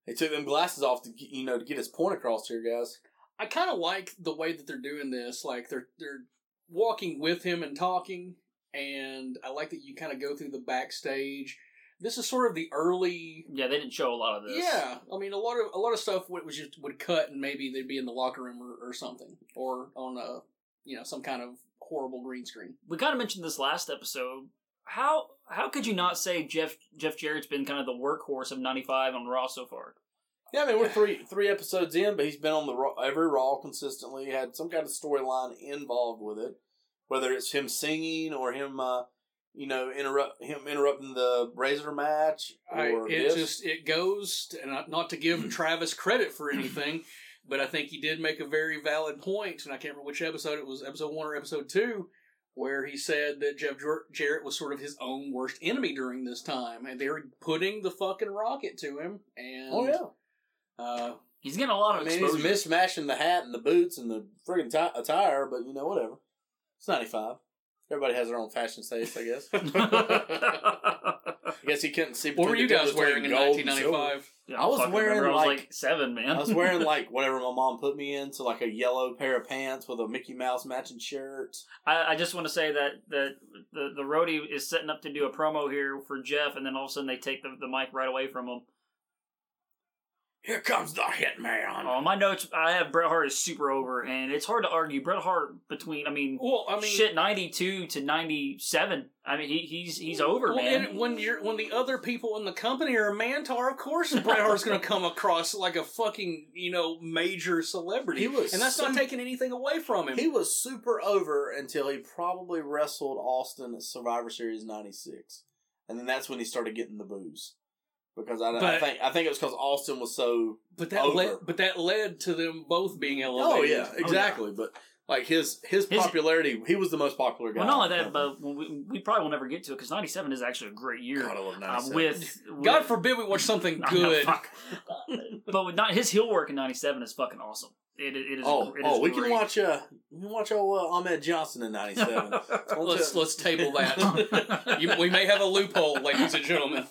Speaker 3: He took them glasses off to get- you know to get his point across here, guys.
Speaker 2: I kind of like the way that they're doing this. Like they're they're walking with him and talking, and I like that you kind of go through the backstage. This is sort of the early.
Speaker 1: Yeah, they didn't show a lot of this.
Speaker 2: Yeah, I mean a lot of a lot of stuff would was just would cut, and maybe they'd be in the locker room or, or something, or on a you know some kind of horrible green screen.
Speaker 1: we kind of mentioned this last episode. How how could you not say Jeff Jeff Jarrett's been kind of the workhorse of '95 on Raw so far?
Speaker 3: Yeah, I mean we're three three episodes in, but he's been on the Raw, every Raw consistently. Had some kind of storyline involved with it, whether it's him singing or him, uh, you know, interrupt him interrupting the Razor match
Speaker 2: I,
Speaker 3: or
Speaker 2: it
Speaker 3: this.
Speaker 2: just it goes to- and not- not to give Travis credit for anything, but I think he did make a very valid point, and I can't remember which episode it was, episode one or episode two, where he said that Jeff Jar- Jarrett was sort of his own worst enemy during this time, and they were putting the fucking rocket to him, and
Speaker 3: oh yeah.
Speaker 2: uh,
Speaker 1: He's getting a lot
Speaker 3: I
Speaker 1: of
Speaker 3: mean,
Speaker 1: exposure.
Speaker 3: he's mismatching the hat and the boots and the friggin' ti- attire, but you know, whatever. It's 95. Everybody has their own fashion taste, I guess. I guess he couldn't see
Speaker 2: what were
Speaker 3: between
Speaker 2: you
Speaker 3: the
Speaker 2: guys
Speaker 3: difference
Speaker 2: wearing in
Speaker 3: between gold and
Speaker 2: 1995?
Speaker 1: Yeah,
Speaker 3: I was
Speaker 1: fucking
Speaker 3: wearing,
Speaker 1: remember, I was
Speaker 3: like-
Speaker 1: like seven, man.
Speaker 3: silver. I was wearing like whatever my mom put me in, so like a yellow pair of pants with a Mickey Mouse matching shirt.
Speaker 1: I, I just want to say that that the the roadie is setting up to do a promo here for Jeff, and then all of a sudden they take the, the mic right away from him.
Speaker 3: Here comes the hitman.
Speaker 1: On Oh, my notes, I have Bret Hart is super over, and it's hard to argue Bret Hart between. I mean,
Speaker 2: Well, I mean,
Speaker 1: shit, ninety two to ninety seven. I mean, he, he's he's over,
Speaker 2: well,
Speaker 1: man.
Speaker 2: and when you're when the other people in the company are a mantar, of course Bret Hart's going to come across like a fucking you know major celebrity,
Speaker 3: He was
Speaker 2: and that's not
Speaker 3: so-
Speaker 2: taking anything away from him.
Speaker 3: He was super over until he probably wrestled Austin at Survivor Series '96, and then that's when he started getting the booze. Because I, I
Speaker 2: But-
Speaker 3: think I think it was because Austin was so
Speaker 2: but that
Speaker 3: over.
Speaker 2: led but that led to them both being
Speaker 3: Oh
Speaker 2: elevated.
Speaker 3: yeah, exactly. But like his his
Speaker 1: His-
Speaker 3: popularity, he was the most popular guy.
Speaker 1: Well, not only that, but we, we probably will never get to it because '97 is actually a great year.
Speaker 3: God, I love
Speaker 1: uh,
Speaker 3: 97.
Speaker 1: with, with
Speaker 2: God forbid we watch something
Speaker 1: I know,
Speaker 2: good.
Speaker 1: fuck. Uh, but with not his heel work in '97 is fucking awesome. It, it is.
Speaker 3: oh,
Speaker 1: it is
Speaker 3: oh, we
Speaker 1: great.
Speaker 3: can watch uh, we can watch old uh, Ahmed Johnson in '97.
Speaker 2: Let's let's table that. you, we may have a loophole, ladies and gentlemen.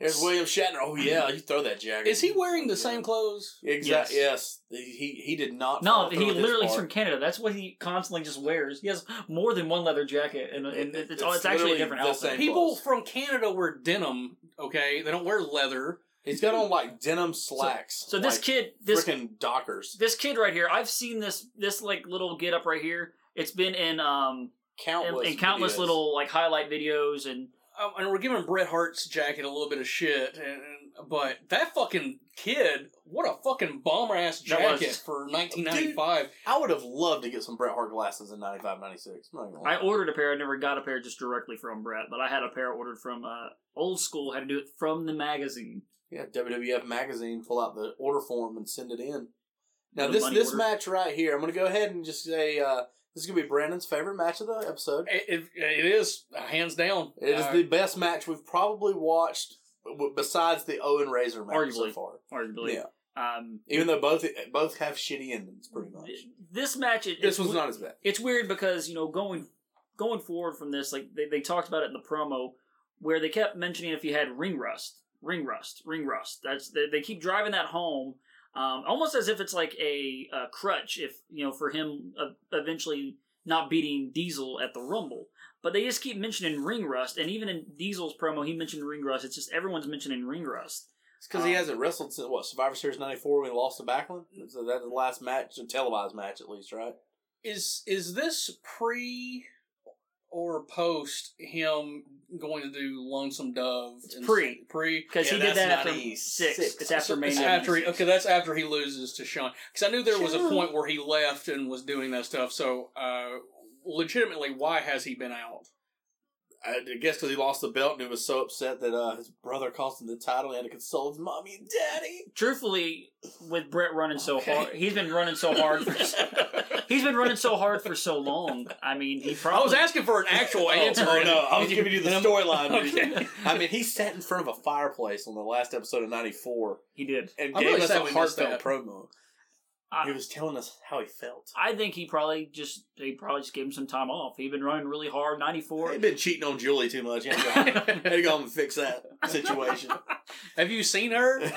Speaker 3: There's William Shatner. Oh yeah, you throw that jacket.
Speaker 2: Is he wearing the same clothes?
Speaker 3: Exactly. Yes. He he did not.
Speaker 1: No,
Speaker 3: follow
Speaker 1: he
Speaker 3: through with his
Speaker 1: literally is
Speaker 3: part.
Speaker 1: from Canada. That's what he constantly just wears. He has more than one leather jacket, and, and
Speaker 3: It-
Speaker 1: it's, it's,
Speaker 3: it's
Speaker 1: actually a
Speaker 3: literally
Speaker 1: different
Speaker 3: the
Speaker 1: outfit.
Speaker 3: same.
Speaker 2: People
Speaker 3: clothes.
Speaker 2: from Canada wear denim. Okay, they don't wear leather.
Speaker 3: He's got on like denim slacks.
Speaker 1: So this
Speaker 3: like,
Speaker 1: kid, this
Speaker 3: frickin' Dockers
Speaker 1: this kid right here, I've seen this this like little get up right here. It's been in um
Speaker 3: countless
Speaker 1: in, in countless
Speaker 3: videos.
Speaker 1: little like highlight videos and
Speaker 2: Um, and we're giving Bret Hart's jacket a little bit of shit, and, and- but that fucking kid, what a fucking bomber ass
Speaker 1: That was-
Speaker 2: jacket for 1995.
Speaker 3: I would have loved to get some Bret Hart glasses in '95, '96.
Speaker 1: I ordered a pair. I never got a pair just directly from Brett, but I had a pair ordered from uh, old school. Had to do it from the magazine.
Speaker 3: Yeah, WWF magazine, pull out the order form and send it in. Now
Speaker 1: The
Speaker 3: this
Speaker 1: money
Speaker 3: this
Speaker 1: order.
Speaker 3: match right here, I'm gonna go ahead and just say uh, this is gonna be Brandon's favorite match of the episode.
Speaker 2: It, it, it is uh, hands down.
Speaker 3: It is
Speaker 2: Uh,
Speaker 3: the best match we've probably watched w- besides the Owen Razor match so
Speaker 1: Arguably.
Speaker 3: far.
Speaker 1: Arguably,
Speaker 3: Yeah,
Speaker 1: Um,
Speaker 3: Even though both both have shitty endings, pretty much.
Speaker 1: this match, it,
Speaker 3: This
Speaker 1: it's
Speaker 3: one's
Speaker 1: we-
Speaker 3: not as bad.
Speaker 1: it's weird because you know going going forward from this like they, they talked about it in the promo where they kept mentioning if you had ring rust ring rust ring rust that's they, they keep driving that home um, almost as if it's like a, uh crutch if you know for him uh, eventually not beating diesel at the rumble but they just keep mentioning ring rust and even in diesel's promo he mentioned ring rust it's just everyone's mentioning ring rust
Speaker 3: It's because he hasn't wrestled since what Survivor Series '94 when he lost to Backlund. So that's the last match, a televised match at least, right?
Speaker 2: Is is this pre or post him going to do Lonesome Dove?
Speaker 1: It's
Speaker 2: and-
Speaker 1: pre.
Speaker 2: Pre.
Speaker 1: because
Speaker 3: Yeah,
Speaker 1: he did
Speaker 3: that's
Speaker 1: that after six.
Speaker 3: 96.
Speaker 1: it's after
Speaker 2: It's
Speaker 1: Mania.
Speaker 2: after he, okay, that's after he loses to Sean. Because I knew there was a point where he left and was doing that stuff. So, uh, legitimately, why has he been out?
Speaker 3: I guess because he lost the belt and he was so upset that uh, his brother cost him the title. He had to console his mommy and daddy.
Speaker 1: truthfully, with Brett running so
Speaker 2: Okay.
Speaker 1: hard, he's been running so hard. For, he's been running so hard for so long. I mean, he probably.
Speaker 2: I was asking for an actual answer.
Speaker 3: Oh, no, I
Speaker 2: and-
Speaker 3: was
Speaker 2: and
Speaker 3: giving you the storyline.
Speaker 2: Okay.
Speaker 3: I mean, he sat in front of a fireplace on the last episode of '94
Speaker 1: He did.
Speaker 3: and
Speaker 2: I'm
Speaker 3: gave
Speaker 2: really
Speaker 3: us
Speaker 2: sad
Speaker 3: a
Speaker 2: we missed
Speaker 3: heartfelt
Speaker 2: that.
Speaker 3: promo.
Speaker 1: I-
Speaker 3: he was telling us how he felt.
Speaker 1: I think he probably just they probably just gave him some time off. He'd been running really hard. Ninety four.
Speaker 3: He'd been cheating on Julie too much. He had to go home- had to go home and fix that situation.
Speaker 2: Have you seen her?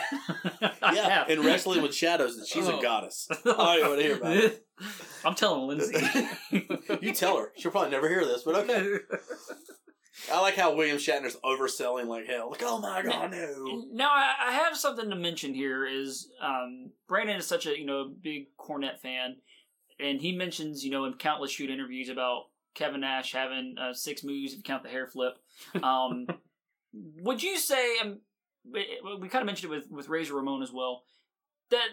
Speaker 3: Yeah, and wrestling with shadows, that she's
Speaker 2: Oh.
Speaker 3: a goddess. I don't even want to hear about it.
Speaker 1: I'm telling Lindsay.
Speaker 3: You tell her. She'll probably never hear this, but okay. I like how William Shatner's overselling like hell. Like, oh my god, no.
Speaker 1: now I, I have something to mention here is um, Brandon is such a you know big Cornette fan, and he mentions you know in countless shoot interviews about Kevin Nash having uh, six moves if you count the hair flip. Um, would you say um, we, we kind of mentioned it with with Razor Ramon as well that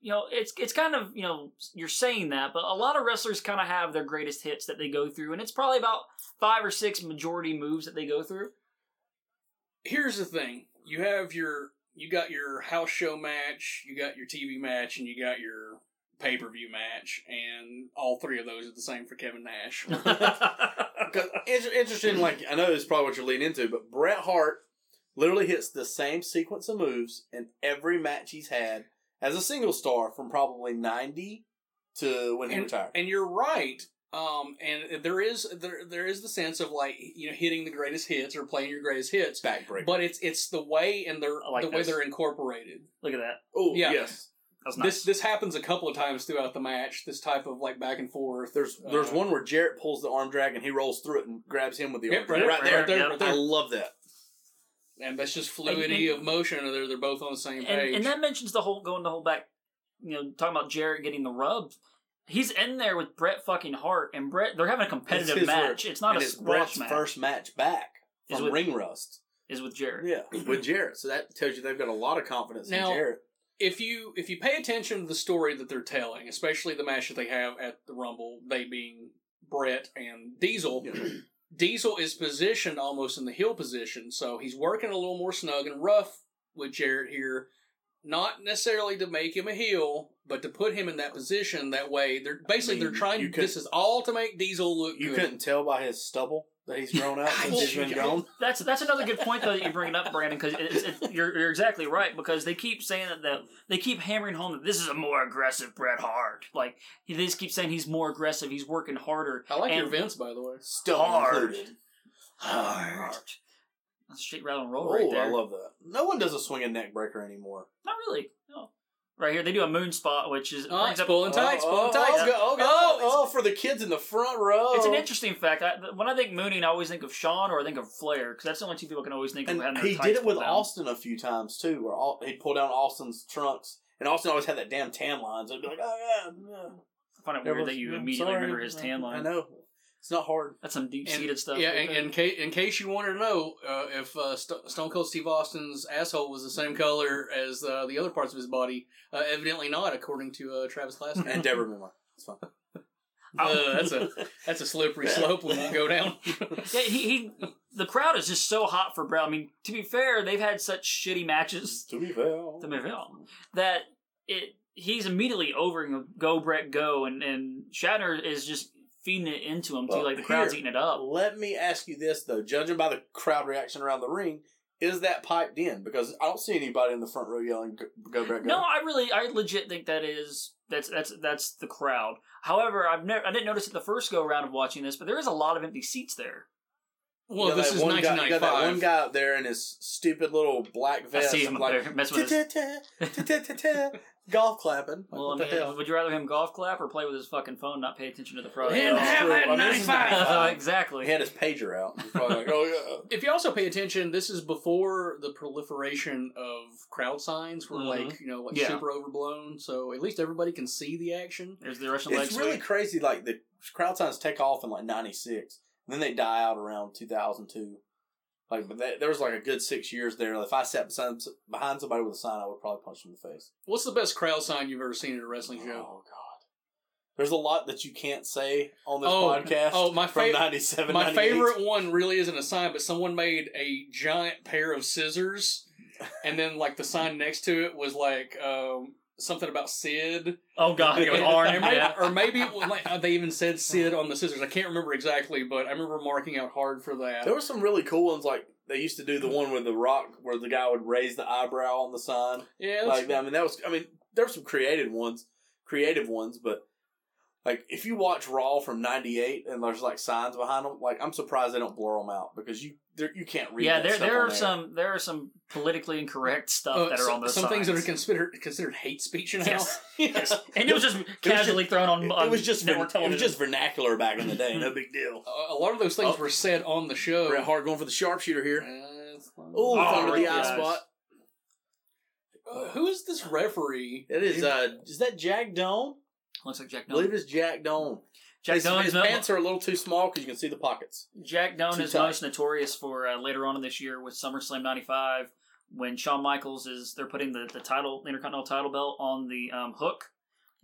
Speaker 1: you know it's it's kind of you know you're saying that, but a lot of wrestlers kind of have their greatest hits that they go through, and it's probably about five or six majority moves that they go through.
Speaker 2: here's the thing you have your you got your house show match you got your tv match and you got your pay-per-view match and all three of those are the same for kevin nash
Speaker 3: 'Cause inter- interesting, like I know this is probably what you're leaning into, but Bret Hart literally hits the same sequence of moves in every match he's had as a single star from probably ninety to when he
Speaker 2: and,
Speaker 3: retired.
Speaker 2: and you're right um and there is there there is the sense of like you know hitting the greatest hits or playing your greatest hits
Speaker 3: Backbreaker.
Speaker 2: but it's it's the way and they're
Speaker 1: I like
Speaker 2: the way
Speaker 1: this.
Speaker 2: they're incorporated
Speaker 1: Look at that.
Speaker 3: oh
Speaker 2: yeah.
Speaker 3: yes,
Speaker 1: That's
Speaker 2: this this happens a couple of times throughout the match this type of like back and forth
Speaker 3: there's there's
Speaker 2: Uh,
Speaker 3: one where Jarrett pulls the arm drag and he rolls through it and grabs him with the arm
Speaker 2: Yep,
Speaker 3: drag.
Speaker 2: right,
Speaker 3: Right,
Speaker 2: right,
Speaker 3: there,
Speaker 2: right, yep,
Speaker 3: I
Speaker 2: right there.
Speaker 3: love that.
Speaker 2: and that's just fluidity of motion or they're, they're both on the same page
Speaker 1: and, and that mentions the whole going the whole back, you know, talking about Jarrett getting the rubs. He's in there with Brett fucking Hart, and Brett they're having a
Speaker 3: It's
Speaker 1: competitive
Speaker 3: his
Speaker 1: match.
Speaker 3: work.
Speaker 1: It's not
Speaker 3: and
Speaker 1: a
Speaker 3: it's
Speaker 1: squash
Speaker 3: Brett's
Speaker 1: match.
Speaker 3: first match back
Speaker 1: Is
Speaker 3: from
Speaker 1: with-
Speaker 3: ring rust.
Speaker 1: Is with Jarrett.
Speaker 3: Yeah, with Jarrett. So that tells you they've got a lot of confidence
Speaker 2: Now-
Speaker 3: in Jarrett.
Speaker 2: if you if you pay attention to the story that they're telling, especially the match that they have at the Rumble, they being Brett and Diesel, Diesel is positioned almost in the heel position, so he's working a little more snug and rough with Jarrett here. Not necessarily to make him a heel, but to put him in that position. That way, they're basically
Speaker 3: mean,
Speaker 2: they're trying.
Speaker 3: you could-
Speaker 2: this is all to make Diesel look
Speaker 3: You
Speaker 2: good.
Speaker 3: couldn't tell by his stubble that he's grown out since he's been gone.
Speaker 1: That's that's another good point though that you're bringing up, Brandon, because it, it, you're you're exactly right because they keep saying that, that they keep hammering home that this is a more aggressive Bret Hart. Like they just keep saying he's more aggressive, he's working harder.
Speaker 2: I like your
Speaker 1: and
Speaker 2: Vince, by the way.
Speaker 3: Stubble
Speaker 1: Hard.
Speaker 3: included.
Speaker 1: Hard. That's straight rattle and roll
Speaker 3: Oh,
Speaker 1: right there.
Speaker 3: I love that. No one does a swinging neck breaker anymore.
Speaker 1: Not really. No. Right here, they do a moon spot, which is
Speaker 2: Oh,
Speaker 1: brings
Speaker 2: it's
Speaker 1: up-
Speaker 2: pulling tights, pulling
Speaker 3: oh,
Speaker 2: tights.
Speaker 3: Oh, go- oh, go-
Speaker 2: Oh, it's-
Speaker 3: oh, for the kids in the front row.
Speaker 1: It's an interesting fact. I, when I think Mooning, I always think of Sean or I think of Flair because that's the only two people I can always think of.
Speaker 3: And
Speaker 1: having their
Speaker 3: he did
Speaker 1: tights
Speaker 3: it with
Speaker 1: pulled down.
Speaker 3: Austin a few times too, where all, he'd pull down Austin's trunks, and Austin always had that damn tan line. So he'd be like, "Oh yeah, yeah."
Speaker 1: I find it weird
Speaker 3: Everyone's-
Speaker 1: that you
Speaker 3: I'm
Speaker 1: immediately
Speaker 3: sorry.
Speaker 1: remember his tan line.
Speaker 3: I know it's not hard.
Speaker 1: That's some deep seated
Speaker 2: And-
Speaker 1: stuff.
Speaker 2: Yeah,
Speaker 1: right
Speaker 2: in, in,
Speaker 1: there.
Speaker 2: case, in case you wanted to know uh, if uh, St- Stone Cold Steve Austin's asshole was the same color as uh, the other parts of his body, uh, evidently not, according to uh, Travis
Speaker 3: And
Speaker 2: Glassman.
Speaker 3: Deborah Moore. It's fine.
Speaker 2: uh, that's a that's a slippery slope we won't go down.
Speaker 1: yeah, he, he the crowd is just so hot for Brown. I mean, to be fair, they've had such shitty matches
Speaker 3: To be fair.
Speaker 1: to Maville that it he's immediately over and go Brett go and and Shatner is just feeding it into him too.
Speaker 3: Well,
Speaker 1: Like the crowd's
Speaker 3: here.
Speaker 1: eating it up.
Speaker 3: Let me ask you this though, judging by the crowd reaction around the ring, Is that piped in? Because I don't see anybody in the front row yelling, "Go, go back, go!"
Speaker 1: No, I really, I legit think that is that's that's that's the crowd. However, I've never, I didn't notice it the first go around of watching this, but there is a lot of empty seats there.
Speaker 2: Well,
Speaker 3: You got
Speaker 2: this
Speaker 3: that
Speaker 2: is
Speaker 3: one guy- you got that
Speaker 2: 1995.
Speaker 3: one guy up there in his stupid little black
Speaker 1: I
Speaker 3: vest.
Speaker 1: see him up
Speaker 3: like,
Speaker 1: there messing with his.
Speaker 3: "Ta-ta-ta-ta-ta-ta-ta," golf clapping. Like,
Speaker 1: Well, I
Speaker 3: what the
Speaker 1: mean,
Speaker 3: hell?
Speaker 1: would you rather him golf clap or play with his fucking phone, not pay attention to the product?
Speaker 2: And
Speaker 3: That's
Speaker 2: have
Speaker 3: true.
Speaker 2: that
Speaker 3: I mean, this is
Speaker 2: 95.
Speaker 1: exactly.
Speaker 3: He had his pager out. He's probably like, "Oh yeah."
Speaker 2: if you also pay attention, this is before the proliferation of crowd signs were
Speaker 3: Mhm.
Speaker 2: like you know like
Speaker 1: Yeah.
Speaker 2: super overblown. So at least everybody can see the action.
Speaker 1: There's the Russian leg
Speaker 3: It's really
Speaker 1: sweep.
Speaker 3: crazy. Like the crowd signs take off in like '96, and then they die out around 2002. Like, but that, there was like a good six years there. If I sat beside, behind somebody with a sign, I would probably punch them in the face.
Speaker 2: What's the best crowd sign you've ever seen at a wrestling show?
Speaker 3: Oh God, there's a lot that you can't say on this
Speaker 2: Oh,
Speaker 3: podcast.
Speaker 2: oh, my
Speaker 3: from
Speaker 2: fav-
Speaker 3: '97.
Speaker 2: My favorite one really isn't a sign, but someone made a giant pair of scissors, and then like the sign next to it was like um, something about Sid.
Speaker 1: Oh god, it was orange.
Speaker 2: Or may-
Speaker 1: yeah.
Speaker 2: Or maybe it was like uh, they even said Sid on the scissors. I can't remember exactly, but I remember marking out hard for that.
Speaker 3: There were some really cool ones. Like they used to do the one with the rock, where the guy would raise the eyebrow on the sign.
Speaker 2: yeah, that's-
Speaker 3: Like I mean, that was. I mean, there were some creative ones, creative ones, but like if you watch Raw from '98 and there's like signs behind them, like I'm surprised they don't blur them out because you there, you can't read.
Speaker 1: yeah,
Speaker 3: that
Speaker 1: there
Speaker 3: stuff
Speaker 1: there
Speaker 3: on
Speaker 1: are some there are some politically incorrect stuff
Speaker 2: Uh,
Speaker 1: that are
Speaker 2: so-
Speaker 1: on those
Speaker 2: some things that
Speaker 1: signs.
Speaker 2: are considered considered hate speech now.
Speaker 1: Yes.
Speaker 2: yes.
Speaker 1: and it was just casually thrown on.
Speaker 3: It,
Speaker 1: on
Speaker 3: it was just
Speaker 1: network
Speaker 3: it was
Speaker 1: television.
Speaker 3: just vernacular back in the day. No big deal.
Speaker 2: A a lot of those things
Speaker 3: Oh.
Speaker 2: were said on the show.
Speaker 3: Bret Hart going for the sharpshooter here.
Speaker 2: Uh, it's fine.
Speaker 3: Oh,
Speaker 1: Oh,
Speaker 3: under the
Speaker 1: Rick
Speaker 3: eye
Speaker 1: Rude.
Speaker 3: spot.
Speaker 2: Uh, who is this referee?
Speaker 3: It is. Uh, is that Jack Doan?
Speaker 1: looks like Jack
Speaker 3: I believe
Speaker 1: Doan.
Speaker 3: it's Jack Doan.
Speaker 1: Jack
Speaker 3: his,
Speaker 1: Doan
Speaker 3: his pants are a little too small because you can see the pockets.
Speaker 1: Jack Doan
Speaker 3: Too
Speaker 1: is
Speaker 3: tight.
Speaker 1: most notorious for uh, later on in this year with SummerSlam '95 when Shawn Michaels is they're putting the the title the Intercontinental title belt on the um, hook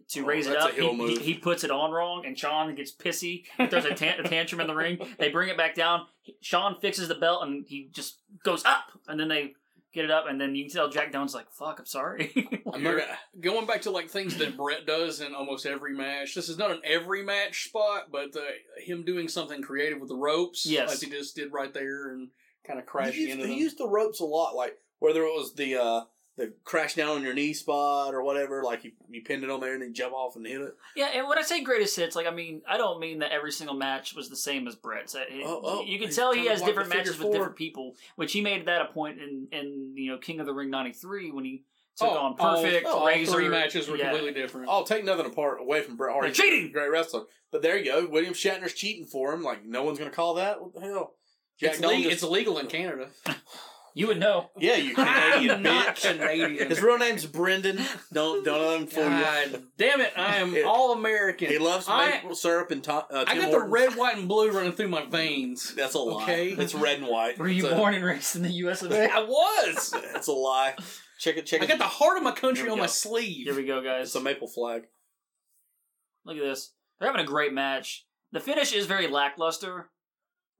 Speaker 1: to
Speaker 3: Oh,
Speaker 1: raise it
Speaker 3: that's a
Speaker 1: up.
Speaker 3: heel
Speaker 1: he,
Speaker 3: move.
Speaker 1: he- he puts it on wrong, and Shawn gets pissy. He throws a, tan- a tantrum in the ring. They bring it back down. He- Shawn fixes the belt, and he just goes up, and then they get it up, and then you can tell Jack Doan's like, "Fuck, I'm sorry."
Speaker 3: I'm not gonna-
Speaker 2: Going back to like things that Brett does in almost every match. This is not an every match spot, but uh, him doing something creative with the ropes,
Speaker 1: Yes.
Speaker 2: as he just did right there and kind of
Speaker 3: They
Speaker 2: crashing
Speaker 3: used,
Speaker 2: into
Speaker 3: they
Speaker 2: them.
Speaker 3: used the ropes a lot, like whether it was the uh, the crash down on your knee spot or whatever, like you, you pinned it on there and then jump off and hit it.
Speaker 1: Yeah, and when I say greatest hits, like I mean, I don't mean that every single match was the same as Brett's. Uh, it-
Speaker 3: Oh, oh,
Speaker 1: you can
Speaker 3: he's
Speaker 1: tell he
Speaker 3: trying to
Speaker 1: has
Speaker 3: block
Speaker 1: different
Speaker 3: the figure
Speaker 1: matches with
Speaker 3: four.
Speaker 1: different people, which he made that a point in in you know King of the Ring '93 when he took
Speaker 2: Oh,
Speaker 1: on
Speaker 2: all-
Speaker 1: Perfect
Speaker 2: all
Speaker 1: Razor
Speaker 2: three matches were
Speaker 1: yeah.
Speaker 2: completely different.
Speaker 3: I'll Oh, take nothing apart away from Bret Hart.
Speaker 1: They're
Speaker 3: He's a
Speaker 1: cheating!
Speaker 3: great wrestler. But there you go, William Shatner's cheating for him. Like no one's gonna call that. What the hell? Jack
Speaker 2: it's,
Speaker 3: Dolan
Speaker 2: le-
Speaker 3: just-
Speaker 2: it's illegal in Canada.
Speaker 1: You would know.
Speaker 3: yeah, you Canadian
Speaker 2: I'm not
Speaker 3: bitch.
Speaker 2: Canadian.
Speaker 3: His real name's Brendan. Don't don't let him fool
Speaker 2: God
Speaker 3: you.
Speaker 2: damn it! I am
Speaker 3: It-
Speaker 2: all American.
Speaker 3: He loves
Speaker 2: I,
Speaker 3: maple syrup and to, uh,
Speaker 2: I
Speaker 3: Tim
Speaker 2: got the
Speaker 3: Hortons.
Speaker 2: red, white, and blue running through my veins.
Speaker 3: That's a lie.
Speaker 2: Okay.
Speaker 3: It's red and white.
Speaker 1: Were you
Speaker 3: It's a-
Speaker 1: born and raised in the U.S. of A?
Speaker 2: I was.
Speaker 3: It's a lie. Check it. Check
Speaker 2: I
Speaker 3: it.
Speaker 2: got the heart of my country
Speaker 1: Here we
Speaker 2: on my
Speaker 1: go.
Speaker 2: sleeve.
Speaker 1: Here we go, guys.
Speaker 3: It's a maple flag.
Speaker 1: Look at this. They're having a great match. The finish is very lackluster.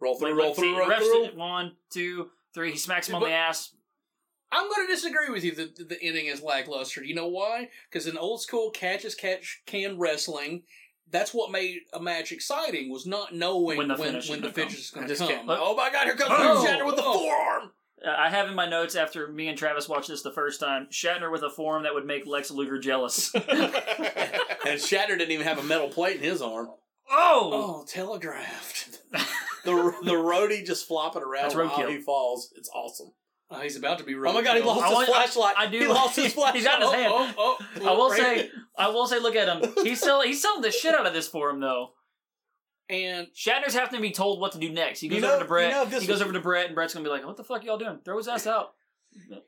Speaker 3: Roll through.
Speaker 1: Like,
Speaker 3: roll
Speaker 1: like,
Speaker 3: through.
Speaker 1: see,
Speaker 3: roll
Speaker 1: refs
Speaker 3: through.
Speaker 1: did One, two, three. He smacks him
Speaker 2: Yeah,
Speaker 1: on the
Speaker 2: but-
Speaker 1: ass.
Speaker 2: I'm going to disagree with you that the ending is lackluster. You know why? Because in old school catch as catch can wrestling, that's what made a match exciting was not knowing
Speaker 1: When
Speaker 2: when
Speaker 1: the
Speaker 2: the when,
Speaker 1: finish is
Speaker 2: the
Speaker 1: gonna come.
Speaker 2: finish is going
Speaker 3: I
Speaker 2: to
Speaker 3: just
Speaker 2: come.
Speaker 3: can't- Oh my God! Here comes
Speaker 2: Oh!
Speaker 3: Shatner with the
Speaker 2: Oh.
Speaker 3: forearm.
Speaker 1: Uh, I have in my notes after me and Travis watched this the first time Shatner with a form that would make Lex Luger jealous.
Speaker 3: and Shatner didn't even have a metal plate in his arm.
Speaker 1: oh!
Speaker 2: Oh, telegraphed.
Speaker 3: The the roadie just flopping around
Speaker 1: That's
Speaker 3: while
Speaker 1: roadkill.
Speaker 3: he falls. It's awesome.
Speaker 2: Oh, he's about to be.
Speaker 3: Oh my God! He
Speaker 2: roadkill.
Speaker 3: lost
Speaker 1: I
Speaker 3: his
Speaker 1: want- I-
Speaker 3: flashlight.
Speaker 1: I do-
Speaker 3: He lost his flashlight.
Speaker 1: He's got his
Speaker 2: Oh,
Speaker 1: hand.
Speaker 2: oh, oh,
Speaker 1: I will
Speaker 2: right.
Speaker 1: say, I will say, look at him. He's still he's selling the shit out of this for him though.
Speaker 2: and
Speaker 1: Shatner's having to be told what to do next. He goes
Speaker 3: You know-
Speaker 1: over to Brett.
Speaker 3: you know, this
Speaker 1: he goes
Speaker 3: was-
Speaker 1: over to Brett, and Brett's gonna be like, "What the fuck y'all doing? Throw his ass out."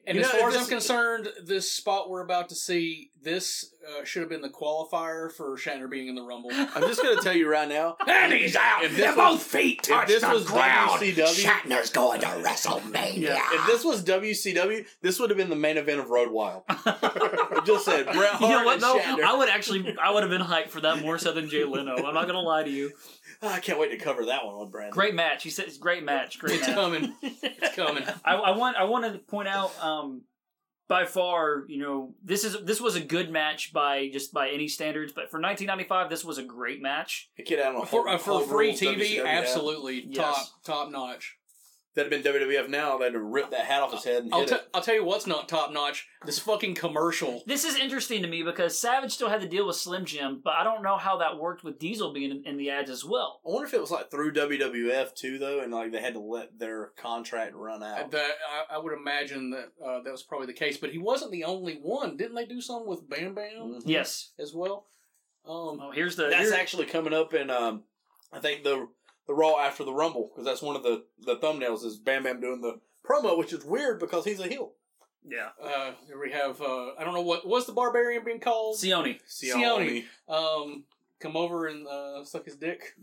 Speaker 2: And
Speaker 3: You
Speaker 2: as
Speaker 3: know,
Speaker 2: far as
Speaker 3: this-
Speaker 2: I'm concerned, this spot we're about to see, this uh, should have been the qualifier for Shatner being in the Rumble.
Speaker 3: I'm just gonna tell you right now.
Speaker 2: and he's out.
Speaker 3: If this They're was- both
Speaker 2: feet
Speaker 3: If this was WCW,
Speaker 5: Shatner's going to WrestleMania.
Speaker 3: if this was WCW, this would have been the main event of Road Wild. I just said Bret Hart
Speaker 1: You know what
Speaker 3: and
Speaker 1: though?
Speaker 3: Shatner.
Speaker 1: I would actually, I would have been hyped for that more so than Jay Leno. I'm not gonna lie to you.
Speaker 3: Ah, I can't wait to cover that one on Brandon.
Speaker 1: Great match. He says, "Great match. Great
Speaker 2: It's
Speaker 1: match."
Speaker 2: coming. It's coming.
Speaker 1: I, I want I want to point out um, by far you know this is this was a good match by just by any standards but for 1995 this was a great match
Speaker 3: The kid out on a
Speaker 2: For, uh, for
Speaker 3: whole
Speaker 2: free
Speaker 3: rules
Speaker 2: TV,
Speaker 3: WCW ad.
Speaker 2: absolutely
Speaker 1: E, Yes.
Speaker 2: top top notch.
Speaker 3: that had been WWF now, they'd have ripped that hat off his head and
Speaker 2: I'll,
Speaker 3: hit
Speaker 2: t-
Speaker 3: it.
Speaker 2: I'll tell you what's not top notch. This fucking commercial.
Speaker 1: This is interesting to me because Savage still had to deal with Slim Jim, but I don't know how that worked with Diesel being in, in the ads as well.
Speaker 3: I wonder if it was like through WWF too, though, and like they had to let their contract run out.
Speaker 2: That I, I would imagine that uh, that was probably the case, but he wasn't the only one. Didn't they do something with Bam Bam
Speaker 3: Mhm.
Speaker 1: Yes.
Speaker 2: as well? Um,
Speaker 1: Oh, here's the.
Speaker 3: That's
Speaker 1: here's-
Speaker 3: actually coming up in, um, I think the the Raw after the Rumble because that's one of the the thumbnails is Bam Bam doing the promo, which is weird because he's a heel.
Speaker 1: yeah.
Speaker 2: uh, here we have uh, I don't know what was the barbarian being called.
Speaker 1: Sione.
Speaker 2: Sione. um, come over and uh, suck his dick.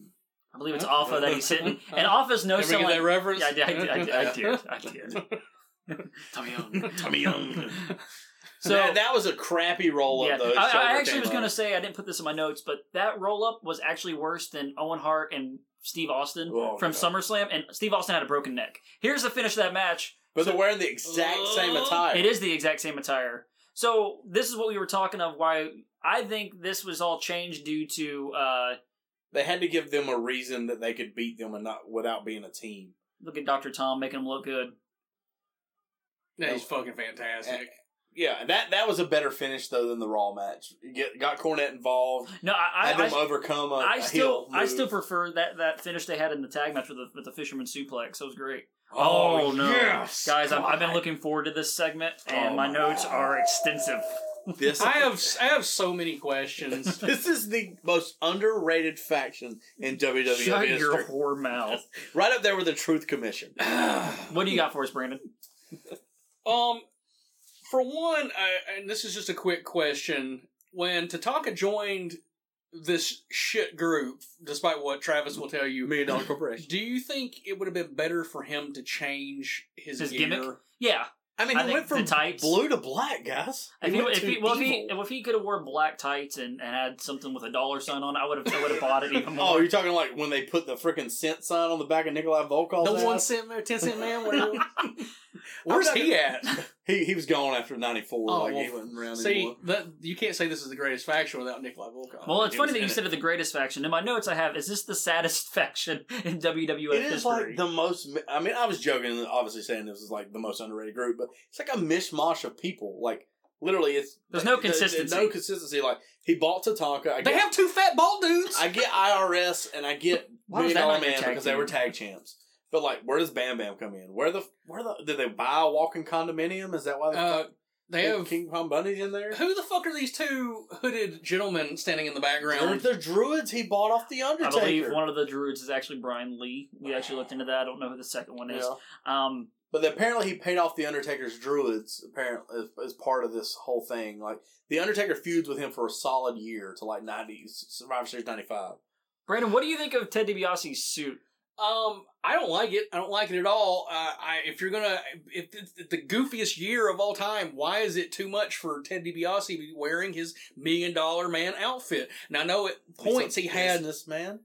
Speaker 1: I believe it's
Speaker 2: Huh?
Speaker 1: Alpha that he's sitting. And Alpha's no
Speaker 2: Did we get
Speaker 1: someone.
Speaker 2: that reference?
Speaker 1: Yeah, I did. I did. I did. I did. I did. Tommy Young.
Speaker 3: Tommy Young.
Speaker 1: So
Speaker 3: that, that was a crappy roll up
Speaker 1: yeah,
Speaker 3: though.
Speaker 1: I,
Speaker 3: Shoulder
Speaker 1: I actually
Speaker 3: came
Speaker 1: was
Speaker 3: up.
Speaker 1: going to say I didn't put this in my notes, but that roll up was actually worse than Owen Hart and Steve Austin
Speaker 3: Oh,
Speaker 1: from
Speaker 3: God.
Speaker 1: SummerSlam, and Steve Austin had a broken neck. Here's the finish of that match.
Speaker 3: but they're wearing the exact same attire.
Speaker 1: It is the exact same attire. So this is what we were talking of. Why I think this was all changed due to uh,
Speaker 3: They had to give them a reason that they could beat them and not without being a team.
Speaker 1: look at Doctor Tom making him look good.
Speaker 2: Yeah, he's fucking fantastic.
Speaker 3: Eh. Yeah, that that was a better finish though than the Raw match. You get, got Cornette involved,
Speaker 1: No, I,
Speaker 3: had
Speaker 1: I,
Speaker 3: them overcome a,
Speaker 1: I, I
Speaker 3: a
Speaker 1: still
Speaker 3: heel
Speaker 1: I still
Speaker 3: move.
Speaker 1: prefer that that finish they had in the tag match with the with the fisherman suplex. That was great.
Speaker 3: Oh,
Speaker 2: yes,
Speaker 1: guys, I'm, I've been looking forward to this segment, and my notes are extensive.
Speaker 3: this.
Speaker 2: I have I have so many questions.
Speaker 3: this is the most underrated faction in WWE
Speaker 1: Shut
Speaker 3: history.
Speaker 1: your whore mouth.
Speaker 3: Right up there with the Truth Commission.
Speaker 1: What do you got for us, Brandon?
Speaker 2: Um, for one, I, and this is just a quick question: When Tataka joined this shit group, despite what Travis will tell you,
Speaker 3: Million Dollar Corporation.
Speaker 2: do you think it would have been better for him to change his,
Speaker 1: His
Speaker 2: gear?
Speaker 1: gimmick? Yeah,
Speaker 3: I mean,
Speaker 1: I
Speaker 3: he
Speaker 1: think
Speaker 3: went from
Speaker 1: the tights-
Speaker 3: blue to black, guys.
Speaker 1: if he,
Speaker 3: went
Speaker 1: if
Speaker 3: to
Speaker 1: he, well, if he,
Speaker 3: evil.
Speaker 1: if he could have wore black tights and, and had something with a dollar sign on, I would have I would have bought it even
Speaker 3: Oh,
Speaker 1: more.
Speaker 3: you're talking like when they put the freaking cent sign on the back of Nikolai Volkov's
Speaker 2: The
Speaker 3: ass?
Speaker 2: one cent man, ten cent man. Where, where's
Speaker 3: I'm not
Speaker 2: he at?
Speaker 3: He he was gone after '94.
Speaker 2: Oh,
Speaker 3: like he
Speaker 2: well,
Speaker 3: wasn't around
Speaker 2: See,
Speaker 3: anymore.
Speaker 2: that, you can't say this is the greatest faction without Nikolai Volkov.
Speaker 1: well, it's
Speaker 2: He
Speaker 1: funny
Speaker 2: was
Speaker 1: that you
Speaker 2: in
Speaker 1: said it the greatest faction. In my notes, I have is this the saddest faction in WWF
Speaker 3: It is
Speaker 1: history?
Speaker 3: like the most. I mean, I was joking, and obviously saying this is like the most underrated group, but it's like a mishmash of people. Like literally, it's
Speaker 1: There's no
Speaker 3: there's- there's
Speaker 1: consistency.
Speaker 3: no consistency. Like he bought Tatanka. I
Speaker 2: They
Speaker 3: get,
Speaker 2: have two fat bald dudes.
Speaker 3: I get IRS, and I get
Speaker 1: Why was
Speaker 3: Million
Speaker 1: that
Speaker 3: Dollar
Speaker 1: not your
Speaker 3: Man
Speaker 1: tag
Speaker 3: because they were
Speaker 1: team?
Speaker 3: tag champs. But like, where does Bam Bam come in? Where the where the did they buy a walking condominium? Is that why they
Speaker 2: Uh, they
Speaker 3: put
Speaker 2: have.
Speaker 3: King Kong bunnies in there?
Speaker 2: Who the fuck are these two hooded gentlemen standing in the
Speaker 3: They're
Speaker 2: background?
Speaker 3: the druids he bought off the
Speaker 1: I
Speaker 3: Undertaker.
Speaker 1: believe one of the druids is actually Brian Lee. We actually looked into that. I don't know who the second one is.
Speaker 3: Yeah.
Speaker 1: Um,
Speaker 3: But apparently, he paid off the Undertaker's druids. Apparently, as, as part of this whole thing, like the Undertaker feuds with him for a solid year to like ninety Survivor Series ninety five.
Speaker 1: Brandon, what do you think of Ted DiBiase's suit?
Speaker 2: Um, I don't like it. I don't like it at all. Uh, I if you're gonna if it's the goofiest year of all time, why is it too much for Ted DiBiase to be wearing his million dollar man outfit? Now I know at points he had.
Speaker 3: this man.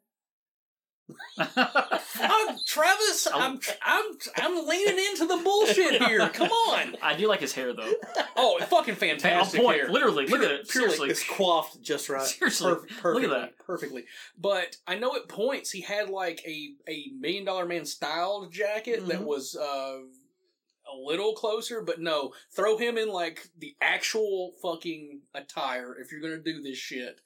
Speaker 2: I'm Travis. I'm I'm I'm leaning into the bullshit here. Come on.
Speaker 1: I do like his hair though.
Speaker 2: Oh, fucking
Speaker 1: On
Speaker 2: fantastic
Speaker 1: point,
Speaker 2: hair.
Speaker 1: literally. Look at it.
Speaker 2: Purely-
Speaker 1: Seriously,
Speaker 3: It's quaffed just right.
Speaker 1: seriously. Look at that.
Speaker 2: perfectly. But I know at points he had like a a million dollar man styled jacket that
Speaker 1: Mm-hmm.
Speaker 3: Mhm.
Speaker 2: was uh, a little closer, but no, throw him in like the actual fucking attire if you're gonna do this shit.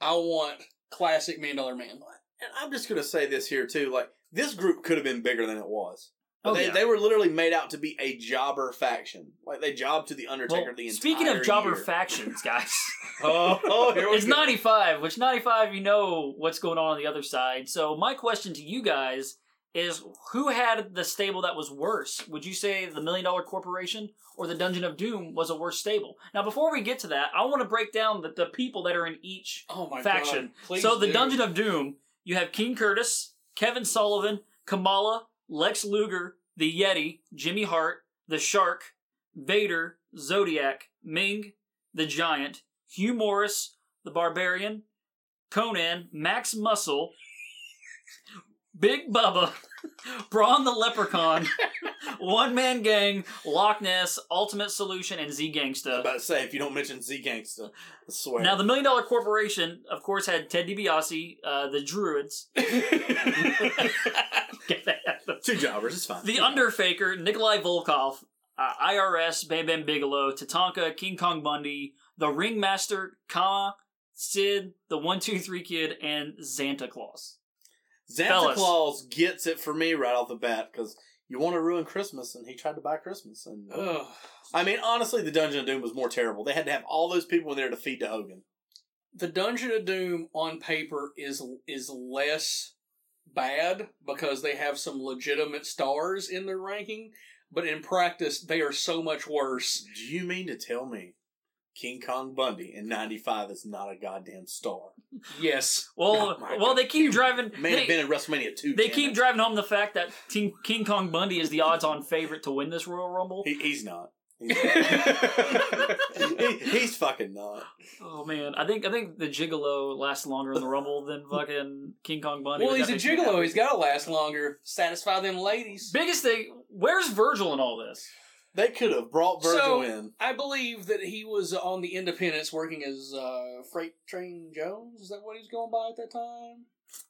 Speaker 2: I want classic million dollar man.
Speaker 3: And I'm just gonna say this here too. Like this group could have been bigger than it was.
Speaker 1: Oh,
Speaker 3: they,
Speaker 1: yeah.
Speaker 3: they were literally made out to be a jobber faction. Like they jobbed to the Undertaker
Speaker 1: Well,
Speaker 3: the entire
Speaker 1: speaking of jobber
Speaker 3: year.
Speaker 1: factions, guys,
Speaker 3: Oh, oh, here we
Speaker 1: it's
Speaker 3: go.
Speaker 1: 95, which 95, you know what's going on on the other side. So, my question to you guys is who had the stable that was worse? Would you say the Million Dollar Corporation or the Dungeon of Doom was a worse stable? Now, before we get to that, I want to break down the, the people that are in each
Speaker 2: Oh my
Speaker 1: faction.
Speaker 2: god! Please
Speaker 1: so the
Speaker 2: do.
Speaker 1: Dungeon of Doom, you have King Curtis, Kevin Sullivan, Kamala, Lex Luger, the Yeti, Jimmy Hart, the Shark, Vader, Zodiac, Ming, the Giant, Hugh Morris, the Barbarian, Conan, Max Muscle, Big Bubba, Braun the Leprechaun, One Man Gang, Loch Ness, Ultimate Solution, and Z Gangsta.
Speaker 3: I was about to say if you don't mention Z Gangsta, I swear.
Speaker 1: Now, the Million Dollar Corporation, of course, had Ted DiBiase, uh, the Druids. Get that out of
Speaker 3: Two jobbers, it's fine.
Speaker 1: The Underfaker, Nikolai Volkov, uh, IRS, Bam Bam Bigelow, Tatanka, King Kong Bundy, The Ringmaster, Kama, Sid, The 123 Kid, and Santa Claus.
Speaker 3: Santa
Speaker 1: fellas.
Speaker 3: Claus gets it for me right off the bat because you want to ruin Christmas, and he tried to buy Christmas. And
Speaker 2: Ugh.
Speaker 3: I mean, honestly, the Dungeon of Doom was more terrible. They had to have all those people in there to feed to Hogan.
Speaker 2: the Dungeon of Doom on paper is is less bad because they have some legitimate stars in their ranking, but in practice they are so much worse.
Speaker 3: Do you mean to tell me King Kong Bundy in '95 is not a goddamn star?
Speaker 2: Yes.
Speaker 1: Well,
Speaker 3: Oh my
Speaker 1: well, they keep driving.
Speaker 3: May
Speaker 1: they-
Speaker 3: have been in WrestleMania two.
Speaker 1: They
Speaker 3: damn
Speaker 1: keep
Speaker 3: it.
Speaker 1: driving home the fact that King, King Kong Bundy is the odds-on favorite to win this Royal Rumble.
Speaker 3: He, he's not. He's, not. He- he's fucking not.
Speaker 1: Oh man, I think I think the Gigolo lasts longer in the Rumble than fucking King Kong Bundy.
Speaker 2: well,
Speaker 1: but
Speaker 2: he's
Speaker 1: that
Speaker 2: a
Speaker 1: makes me happy.
Speaker 2: gigolo. He's got to last longer. Satisfy them ladies.
Speaker 1: Biggest thing, where's Virgil in all this?
Speaker 3: They could have brought Virgil
Speaker 2: So-
Speaker 3: in.
Speaker 2: I believe that he was on the Independence working as uh, Freight Train Jones. Is that what he was going by at that time?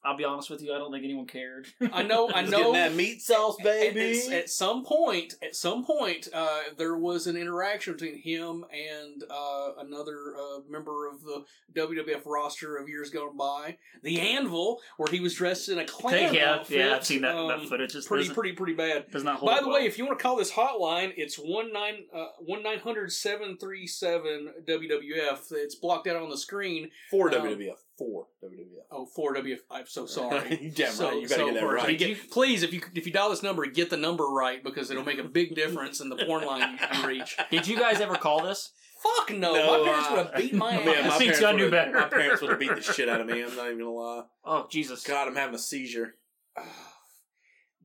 Speaker 1: I'll be honest with you, I don't think anyone cared.
Speaker 2: I know. I
Speaker 3: He's getting
Speaker 2: know.
Speaker 3: that meat sauce,
Speaker 2: At-
Speaker 3: baby.
Speaker 2: At, at some point, at some point, uh, there was an interaction between him and uh, another uh, member of the WWF roster of years gone by, the Anvil, where he was dressed in a clown
Speaker 1: Okay, yeah,
Speaker 2: outfit.
Speaker 1: yeah, I've seen that- that
Speaker 2: Um,
Speaker 1: footage. It's-
Speaker 2: pretty,
Speaker 1: there's a-
Speaker 2: pretty, pretty bad.
Speaker 1: Does not hold.
Speaker 2: By
Speaker 1: up
Speaker 2: the
Speaker 1: well.
Speaker 2: way, if you want to call this hotline, it's one nine uh, one nine hundred seven three seven WWF. It's blocked out on the screen.
Speaker 3: for
Speaker 2: um,
Speaker 3: WWF. For WWF.
Speaker 2: Oh, four WF. I'm so sorry.
Speaker 3: You damn right. You better get that
Speaker 2: for-
Speaker 3: right.
Speaker 2: get- please, if you if you dial this number, get the number right because it'll make a big difference in the porn line you, you reach.
Speaker 1: Did you guys ever call this?
Speaker 2: Fuck no,
Speaker 3: No,
Speaker 2: my parents
Speaker 3: uh,
Speaker 2: would have beat my
Speaker 3: Man,
Speaker 2: ass.
Speaker 3: my
Speaker 1: Since
Speaker 3: parents
Speaker 1: y'all knew
Speaker 3: would've-
Speaker 1: better.
Speaker 3: My parents would have beat the shit out of me. I'm not even gonna lie.
Speaker 1: Oh Jesus!
Speaker 3: God, I'm having a seizure.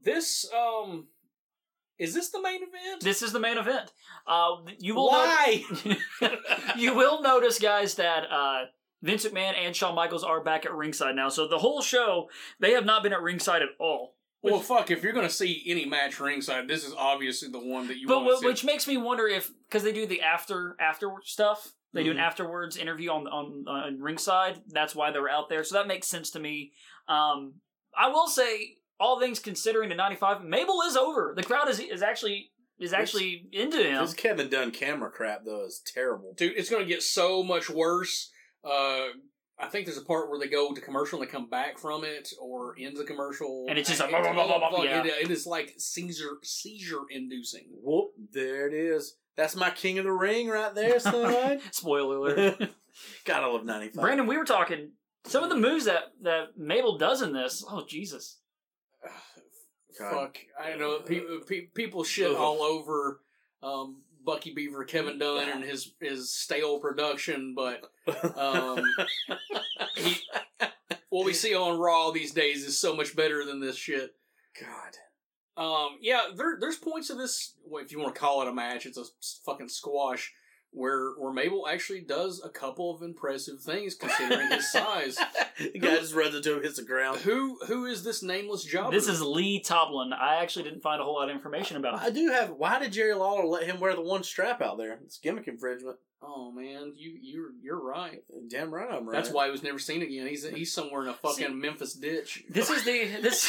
Speaker 2: this um, is this the main event?
Speaker 1: This is the main event. Uh, you will
Speaker 2: Why?
Speaker 1: not- you will notice, guys, that uh, Vince McMahon and Shawn Michaels are back at ringside now. So the whole show, they have not been at ringside at all.
Speaker 2: well, fuck. If you're gonna see any match ringside, this is obviously the one that you
Speaker 1: but
Speaker 2: want
Speaker 1: w-
Speaker 2: to
Speaker 1: which
Speaker 2: see.
Speaker 1: makes me wonder if because they do the after after stuff they do an
Speaker 2: Mhm.
Speaker 1: afterwards interview on on on ringside that's why they were out there so that makes sense to me um i will say all things considering the 95 mabel is over the crowd is is actually is actually into him
Speaker 3: This Kevin Dunn camera crap though is terrible.
Speaker 2: dude, it's gonna get so much worse. Uh, I think there's a part where they go to commercial and they come back from it, or ends the commercial,
Speaker 1: And it's just
Speaker 2: I-
Speaker 1: like, blah, blah, blah, blah, blah,
Speaker 2: it- it is like seizure seizure inducing.
Speaker 3: Whoop! There it is. That's my King of the Ring right there, son.
Speaker 1: spoiler alert
Speaker 3: God, I love '95.
Speaker 1: brandon we were talking some of the moves that that mabel does in this oh jesus
Speaker 3: God.
Speaker 2: Fuck, I know people pe- people shit
Speaker 3: Ugh.
Speaker 2: all over um, Bucky Beaver, Kevin Dunn, and his his stale production, but um, he, what we see on Raw these days is so much better than this shit.
Speaker 3: God.
Speaker 2: Um, yeah, there, there's points of this. Well, if you want to call it a match, it's a s- fucking squash where where Mabel actually does a couple of impressive things considering his size. Uh,
Speaker 3: The guy just runs into him, hits the ground.
Speaker 2: Who who is this nameless jobber?
Speaker 1: this is lee toblin i actually didn't find a whole lot of information about
Speaker 3: I
Speaker 1: him
Speaker 3: do have. Why did Jerry Lawler let him wear the one strap out there? It's gimmick infringement.
Speaker 2: oh man, you you're you're right.
Speaker 3: Damn right, I'm right.
Speaker 2: That's why he was never seen again. He's he's somewhere in a fucking Memphis ditch.
Speaker 1: this is the this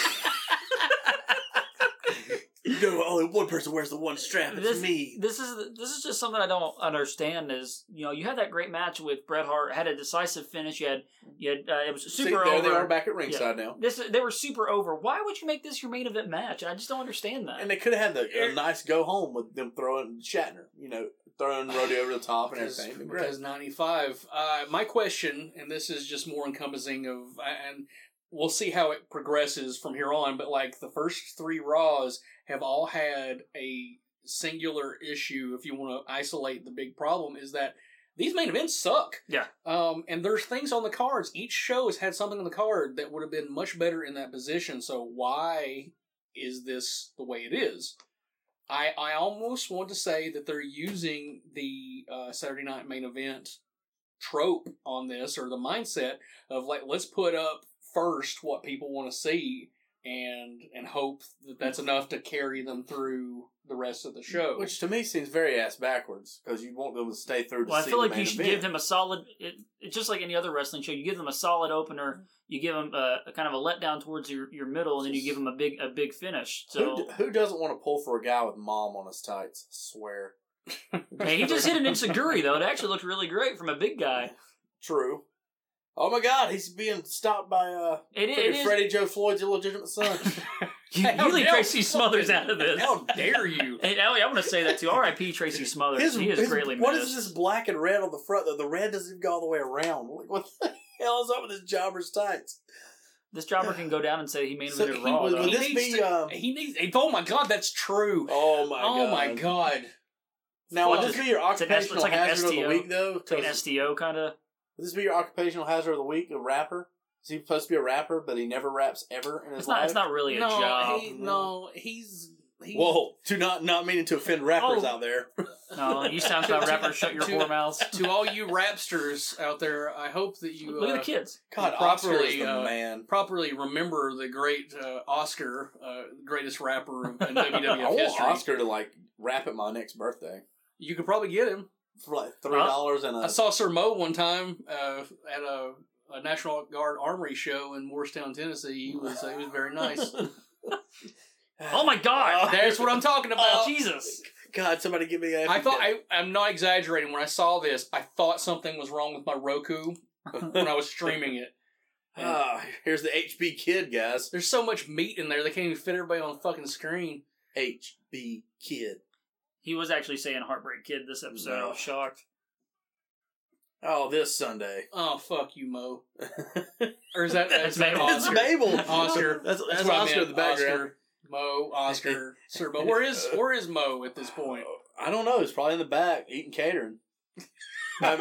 Speaker 3: you know only one person wears the one strap. It's
Speaker 1: this,
Speaker 3: me.
Speaker 1: This is this is just something I don't understand. Is you know you had that great match with Bret Hart, had a decisive finish. You had you had uh, it was
Speaker 3: See,
Speaker 1: super
Speaker 3: there
Speaker 1: over.
Speaker 3: they are back at ringside now.
Speaker 1: This they were super over. Why would you make this your main event match? I just don't understand that.
Speaker 3: And they could have had the, a nice go home with them throwing Shatner, you know, throwing Roddy over the top and
Speaker 2: Because,
Speaker 3: everything. It'd be great.
Speaker 2: because 95. Uh, my question, and this is just more encompassing of, and we'll see how it progresses from here on, but like the first three Raws have all had a singular issue, if you want to isolate the big problem, is that these main events suck.
Speaker 1: Yeah.
Speaker 2: Um, and there's things on the cards. Each show has had something on the card that would have been much better in that position. So why is this the way it is? I I almost want to say that they're using the uh, Saturday night main event trope on this or the mindset of like let's put up first what people want to see and and hope that that's enough to carry them through the rest of the show.
Speaker 3: Which to me seems very ass backwards because you want them to stay through. To
Speaker 1: Well, I
Speaker 3: see
Speaker 1: feel
Speaker 3: the
Speaker 1: like you
Speaker 3: main
Speaker 1: should
Speaker 3: event.
Speaker 1: give them a solid. It, it's just like any other wrestling show. You give them a solid opener.
Speaker 3: Mm-hmm.
Speaker 1: You give them a, a kind of a letdown towards your, your middle, and then you give them a big a big finish.
Speaker 3: Who,
Speaker 1: So
Speaker 3: d- who doesn't want to pull for a guy with mom on his tights? Swear.
Speaker 1: Yeah, he just hit an insiguri though. It actually looked really great from a big guy.
Speaker 3: True. Oh my God, he's being stopped by uh,
Speaker 1: It, it
Speaker 3: freaking
Speaker 1: is.
Speaker 3: Freddie Joe Floyd's illegitimate son.
Speaker 1: You, you leave Tracy Smothers out of this.
Speaker 2: How dare you?
Speaker 1: And I, want to say that too. R.I.P. Tracy Smothers. he is greatly
Speaker 3: What
Speaker 1: missed.
Speaker 3: is this black and red on the front? Though the red doesn't even go all the way around. Like, what the hell is up with this jobber's tights?
Speaker 1: This jobber can go down and say he made
Speaker 3: So
Speaker 1: it
Speaker 3: he
Speaker 1: raw.
Speaker 3: was-
Speaker 1: though.
Speaker 3: would this
Speaker 2: needs
Speaker 3: be,
Speaker 2: to-
Speaker 3: um,
Speaker 2: he needs. Oh my god, that's true.
Speaker 3: Oh my
Speaker 2: oh my god.
Speaker 3: Now would this
Speaker 2: Fuck.
Speaker 3: be your
Speaker 1: an S-
Speaker 3: occupational
Speaker 1: it's like an
Speaker 3: hazard of the
Speaker 1: STO.
Speaker 3: week though?
Speaker 1: like
Speaker 3: 'Cause-
Speaker 1: an STO kind of.
Speaker 3: Would this be your occupational hazard of the week? A rapper? Is he supposed to be a rapper, but he never raps ever in his
Speaker 1: It's
Speaker 3: life?
Speaker 1: not. It's not really a
Speaker 2: no,
Speaker 1: job.
Speaker 2: He, no, he's. he's
Speaker 3: Whoa! Do not not meaning to offend rappers
Speaker 2: Oh.
Speaker 3: out there.
Speaker 1: No, you sound like a rapper. Shut your
Speaker 2: To-
Speaker 1: whore mouths.
Speaker 2: to all you rapsters out there, I hope that you
Speaker 1: Look at
Speaker 2: uh,
Speaker 1: the kids.
Speaker 3: God,
Speaker 2: Properly,
Speaker 3: Oscar is the
Speaker 2: uh,
Speaker 3: man.
Speaker 2: properly remember the great uh, Oscar, uh, greatest rapper in
Speaker 3: I
Speaker 2: WWF
Speaker 3: want
Speaker 2: history.
Speaker 1: Oh,
Speaker 3: Oscar to like rap at my next birthday
Speaker 2: You could probably get him.
Speaker 3: for like three dollars and a.
Speaker 2: I saw Sir Mo one time uh, at a, a National Guard Armory show in Morristown, Tennessee. He was he was very nice.
Speaker 1: Oh my God!
Speaker 2: That's what I'm talking about.
Speaker 1: Oh, Jesus!
Speaker 3: God, somebody give me. a
Speaker 2: I thought I, I'm not exaggerating. When I saw this, I thought something was wrong with my Roku when I was streaming it.
Speaker 3: Ah, here's the HB kid, guys.
Speaker 2: There's so much meat in there; they can't even fit everybody on the fucking screen.
Speaker 3: HB kid.
Speaker 1: He was actually saying "Heartbreak Kid" this episode. I
Speaker 3: No.
Speaker 1: was shocked.
Speaker 3: Oh, this Sunday.
Speaker 2: Oh fuck you, Mo. or is that
Speaker 1: That's
Speaker 2: is that
Speaker 1: Mabel.
Speaker 3: It's
Speaker 2: Oscar?
Speaker 3: Mabel.
Speaker 2: Oscar.
Speaker 3: That's, that's,
Speaker 2: what I
Speaker 3: Oscar in
Speaker 2: meant.
Speaker 3: the background.
Speaker 2: Oscar, Mo, Oscar, Sir Mo. Where is where is Mo at this point?
Speaker 3: Uh, I don't know. He's probably in the back eating catering. I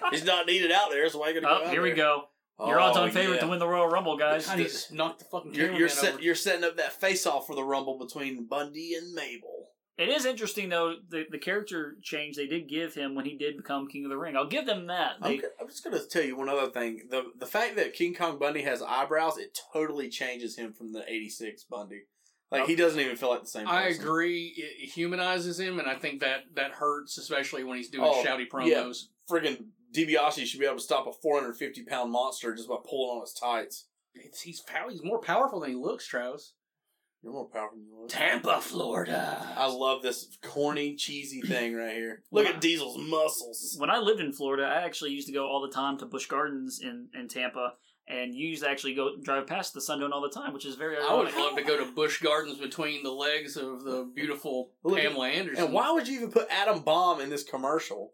Speaker 3: mean, he's not needed out there, so why you gonna go?
Speaker 1: Oh,
Speaker 3: out
Speaker 1: here we
Speaker 3: there?
Speaker 1: go. Your
Speaker 3: Oh,
Speaker 1: odds on favorite
Speaker 3: yeah.
Speaker 1: to win the Royal Rumble, guys.
Speaker 2: God, he just knocked the fucking
Speaker 3: You're
Speaker 2: cameraman
Speaker 3: you're,
Speaker 2: over.
Speaker 3: set, you're setting up that face off for the rumble between Bundy and Mabel.
Speaker 1: It is interesting though the, the character change they did give him when he did become King of the Ring. I'll give them that. They,
Speaker 3: I'm, go- I'm just gonna tell you one other thing. the The fact that King Kong Bundy has eyebrows, it totally changes him from the '86 Bundy. Like he doesn't even feel like the same. Person.
Speaker 2: I agree. It humanizes him, and I think that that hurts, especially when he's doing
Speaker 3: Oh,
Speaker 2: shouty promos.
Speaker 3: yeah. Friggin' DiBiase should be able to stop a 450 pound monster just by pulling on his tights.
Speaker 2: It's, he's pow- he's more powerful than he looks, Travis.
Speaker 3: You're more powerful than you look.
Speaker 2: Tampa, Florida.
Speaker 3: I love this corny, cheesy thing right here. Look at Diesel's muscles.
Speaker 1: when I lived in Florida, I actually used to go all the time to Busch Gardens in, in Tampa and used to actually go drive past the Sundome all the time, which is very
Speaker 2: I would
Speaker 1: ironic.
Speaker 2: love to go to Bush Gardens between the legs of the beautiful
Speaker 3: Look at-
Speaker 2: Pamela Anderson.
Speaker 3: And why would you even put Adam Bomb in this commercial?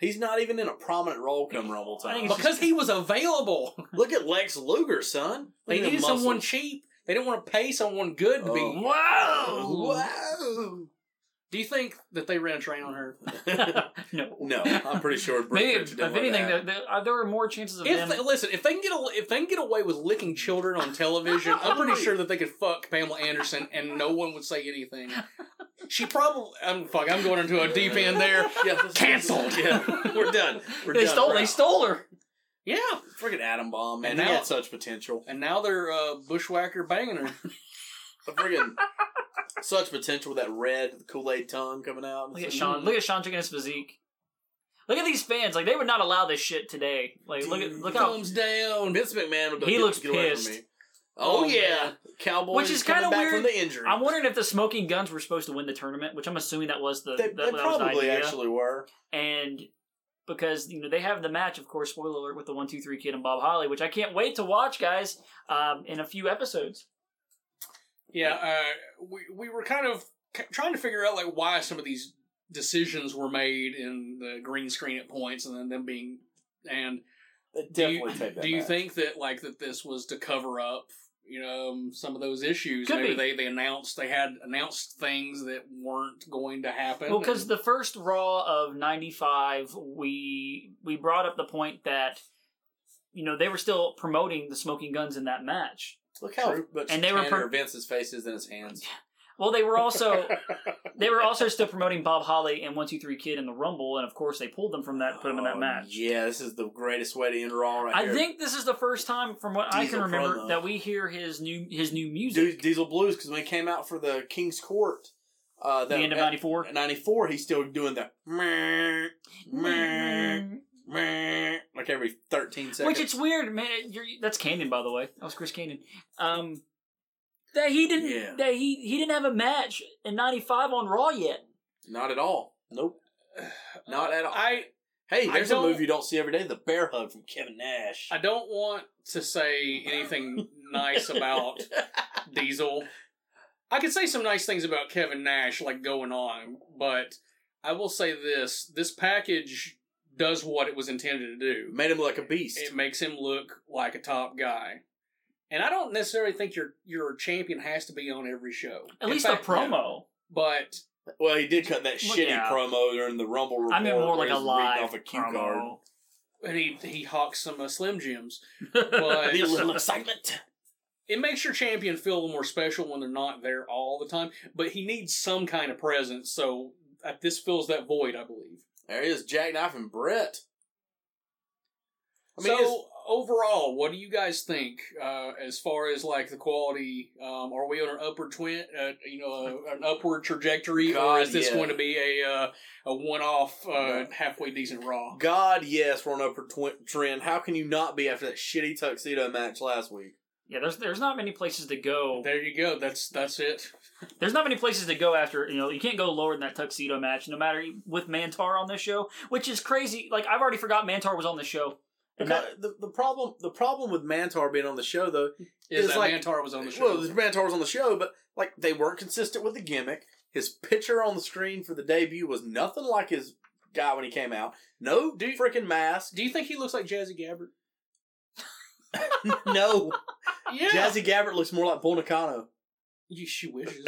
Speaker 3: He's not even in a prominent role come Rumble
Speaker 1: I
Speaker 3: time.
Speaker 1: think it's
Speaker 2: Because he was available.
Speaker 3: Look at Lex Luger, son.
Speaker 2: They
Speaker 3: Look at
Speaker 2: needed
Speaker 3: the muscles.
Speaker 2: someone cheap. They didn't want to pay someone good to
Speaker 3: Oh.
Speaker 2: be.
Speaker 1: Wow!
Speaker 3: Wow.
Speaker 2: Do you think that they ran a train on her?
Speaker 1: no.
Speaker 3: no, I'm pretty sure. Britt
Speaker 1: Maybe, if
Speaker 3: Richards didn't
Speaker 1: anything,
Speaker 3: like
Speaker 1: there,
Speaker 3: that.
Speaker 1: there, uh, there were more chances of
Speaker 2: If
Speaker 1: them.
Speaker 2: they, listen, if they can get a, if they can get away with licking children on television, I'm pretty sure that they could fuck Pamela Anderson and no one would say anything. She probably I'm fuck. I'm going into a deep end there.
Speaker 3: yeah, this-
Speaker 2: Canceled.
Speaker 3: Yeah, we're done. We're
Speaker 1: They
Speaker 3: done.
Speaker 1: stole.
Speaker 3: We're
Speaker 1: They
Speaker 3: out.
Speaker 1: stole her.
Speaker 2: Yeah,
Speaker 3: Friggin' Adam Bomb, man.
Speaker 2: And
Speaker 3: he
Speaker 2: now-
Speaker 3: had such potential.
Speaker 2: and now they're uh, bushwhacker banging her.
Speaker 3: But friggin' such potential with that red Kool Aid tongue coming out. "Mm,
Speaker 1: Look at Sean. Look at Sean checking his physique. Look at these fans. Like they would not allow this shit today. Like look at look how
Speaker 2: Thumbs down.
Speaker 3: Vince McMahon would go,
Speaker 1: He
Speaker 3: "Get-
Speaker 1: looks
Speaker 3: get away from
Speaker 1: pissed.
Speaker 3: me." Oh,
Speaker 2: Oh,
Speaker 3: yeah,
Speaker 2: man.
Speaker 3: Cowboy.
Speaker 1: Which is
Speaker 3: kind
Speaker 1: kinda
Speaker 3: of back
Speaker 1: weird.
Speaker 3: from the injury.
Speaker 1: I'm wondering if the smoking guns were supposed to win the tournament, which I'm assuming that was the
Speaker 3: They,
Speaker 1: that,
Speaker 3: they
Speaker 1: that was the
Speaker 3: probably
Speaker 1: idea.
Speaker 3: actually were.
Speaker 1: and because you know they have the match, of course. Spoiler alert with the one two three kid and Bob Holly, which I can't wait to watch, guys. Um, in a few episodes,
Speaker 2: Yeah, uh, we we were kind of c- trying to figure out like why some of these decisions were made in the green screen at points, and then them being and
Speaker 3: They
Speaker 2: do you,
Speaker 3: Definitely take that.
Speaker 2: do you
Speaker 3: back.
Speaker 2: think that like that this was to cover up you know um, some of those issues?
Speaker 1: Could
Speaker 2: Maybe
Speaker 1: be.
Speaker 2: they they announced they had announced things that weren't going to happen.
Speaker 1: well, because
Speaker 2: and-
Speaker 1: the first Raw of '95, we we brought up the point that you know they were still promoting the smoking guns in that match.
Speaker 3: Look how
Speaker 2: True.
Speaker 3: much
Speaker 1: And they were
Speaker 3: tanner
Speaker 1: per-
Speaker 3: Vince's face is in his hands.
Speaker 1: Well, they were also they were also still promoting Bob Holly and One Two Three Kid in the Rumble, and of course they pulled them from that, and put them in that
Speaker 3: Oh,
Speaker 1: match.
Speaker 3: Yeah, this is the greatest way to end Raw right
Speaker 1: I
Speaker 3: here.
Speaker 1: think this is the first time, from what I can
Speaker 3: Diesel
Speaker 1: remember,
Speaker 3: promo.
Speaker 1: that we hear his new his new
Speaker 3: Du-
Speaker 1: music.
Speaker 3: Diesel Blues because when he came out for the King's Court, uh, that,
Speaker 1: the end of '94.
Speaker 3: at 94, he's still doing the meh, meh, meh, like every 13 seconds.
Speaker 1: Mm-hmm. Which it's weird, man. You're, that's Canyon, by the way. That was Chris Canyon. Um, that he didn't
Speaker 3: Yeah.
Speaker 1: that he he didn't have a match in '95 on Raw yet.
Speaker 3: not at all. Nope, not at all.
Speaker 2: I
Speaker 3: hey,
Speaker 2: I
Speaker 3: there's a
Speaker 2: don't-
Speaker 3: move you don't see every day: the bear hug from Kevin Nash.
Speaker 2: I don't want to say anything nice about Diesel. I could say some nice things about Kevin Nash, like going on, but I will say this: this package does what it was intended to do.
Speaker 3: Made him like a beast.
Speaker 2: It makes him look like a top guy, and I don't necessarily think your your champion has to be on every show.
Speaker 1: At
Speaker 2: In
Speaker 1: least
Speaker 2: fact,
Speaker 1: a promo.
Speaker 2: But
Speaker 3: well, he did cut that
Speaker 1: Well,
Speaker 3: shitty
Speaker 1: yeah.
Speaker 3: promo during the Rumble. Report
Speaker 1: I mean, more like a
Speaker 3: where he's reading
Speaker 1: live
Speaker 3: off a cue
Speaker 1: promo.
Speaker 3: card.
Speaker 2: and he he hawks some uh, Slim Jims, but
Speaker 3: Need a little excitement.
Speaker 2: it makes your champion feel more special when they're not there all the time, but he needs some kind of presence, so uh, this fills that void, I believe.
Speaker 3: There he is, Jackknife and Brett. I mean, it's-
Speaker 2: so overall, what do you guys think uh, as far as like the quality? Um, are we on an upward twin, uh, you know, uh, an upward trajectory, or
Speaker 3: God,
Speaker 2: is this
Speaker 3: yeah.
Speaker 2: going to be a uh, a one off uh,
Speaker 3: No.
Speaker 2: halfway decent Raw?
Speaker 3: God, yes, we're on upper tw- trend. How can you not be after that shitty tuxedo match last week?
Speaker 1: Yeah, there's there's not many places to go.
Speaker 2: There you go. That's that's it.
Speaker 1: There's not many places to go after. You know, you can't go lower than that tuxedo match, no matter with Mantar on this show, which is crazy. Like I've already forgot Mantar was on the show. And that-
Speaker 3: Because the, the problem the problem with Mantar being on the show though,
Speaker 2: Is
Speaker 3: It's
Speaker 2: that
Speaker 3: like-
Speaker 2: Mantar was on the show?
Speaker 3: well, Mantar was on the show, but like they weren't consistent with the gimmick. His picture on the screen for the debut was nothing like his guy when he came out. No
Speaker 2: Do you-
Speaker 3: freaking mask.
Speaker 2: do you think he looks like Jazzy Gabbert?
Speaker 3: no,
Speaker 2: Yeah,
Speaker 3: Jazzy Gabbert looks more like Bull Nakano.
Speaker 2: You, she wishes.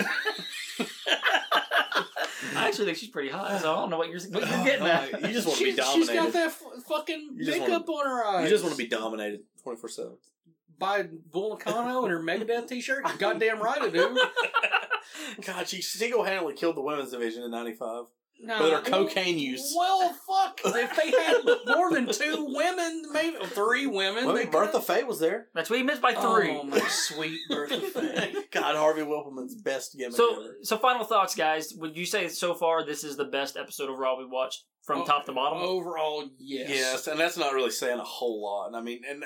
Speaker 1: I actually think she's pretty hot, so I don't know what you're what you're getting at.
Speaker 3: you just want to
Speaker 2: She-
Speaker 3: be dominated.
Speaker 2: She's got that f- fucking
Speaker 3: You just wanna-
Speaker 2: makeup on her eyes.
Speaker 3: you just want to be dominated twenty four seven.
Speaker 2: by Volcano and her Megadeth T-shirt. You're goddamn right, I do.
Speaker 3: God, she single handedly killed the women's division in '95
Speaker 2: No,
Speaker 3: with her cocaine use.
Speaker 2: Well, fuck. If they had more than two women, maybe three women,
Speaker 3: Well,
Speaker 2: they
Speaker 3: I mean, Bertha Faye was there.
Speaker 1: That's what he missed by
Speaker 2: three.
Speaker 1: three.
Speaker 2: Oh my sweet Bertha Faye.
Speaker 3: God, Harvey Wilpelman's best gimmick.
Speaker 1: so,
Speaker 3: ever.
Speaker 1: so final thoughts, guys. Would you say so far this is the best episode of Raw we watched from
Speaker 2: Oh,
Speaker 1: top to bottom?
Speaker 2: Overall, yes.
Speaker 3: yes. and that's not really saying a whole lot. And I mean, and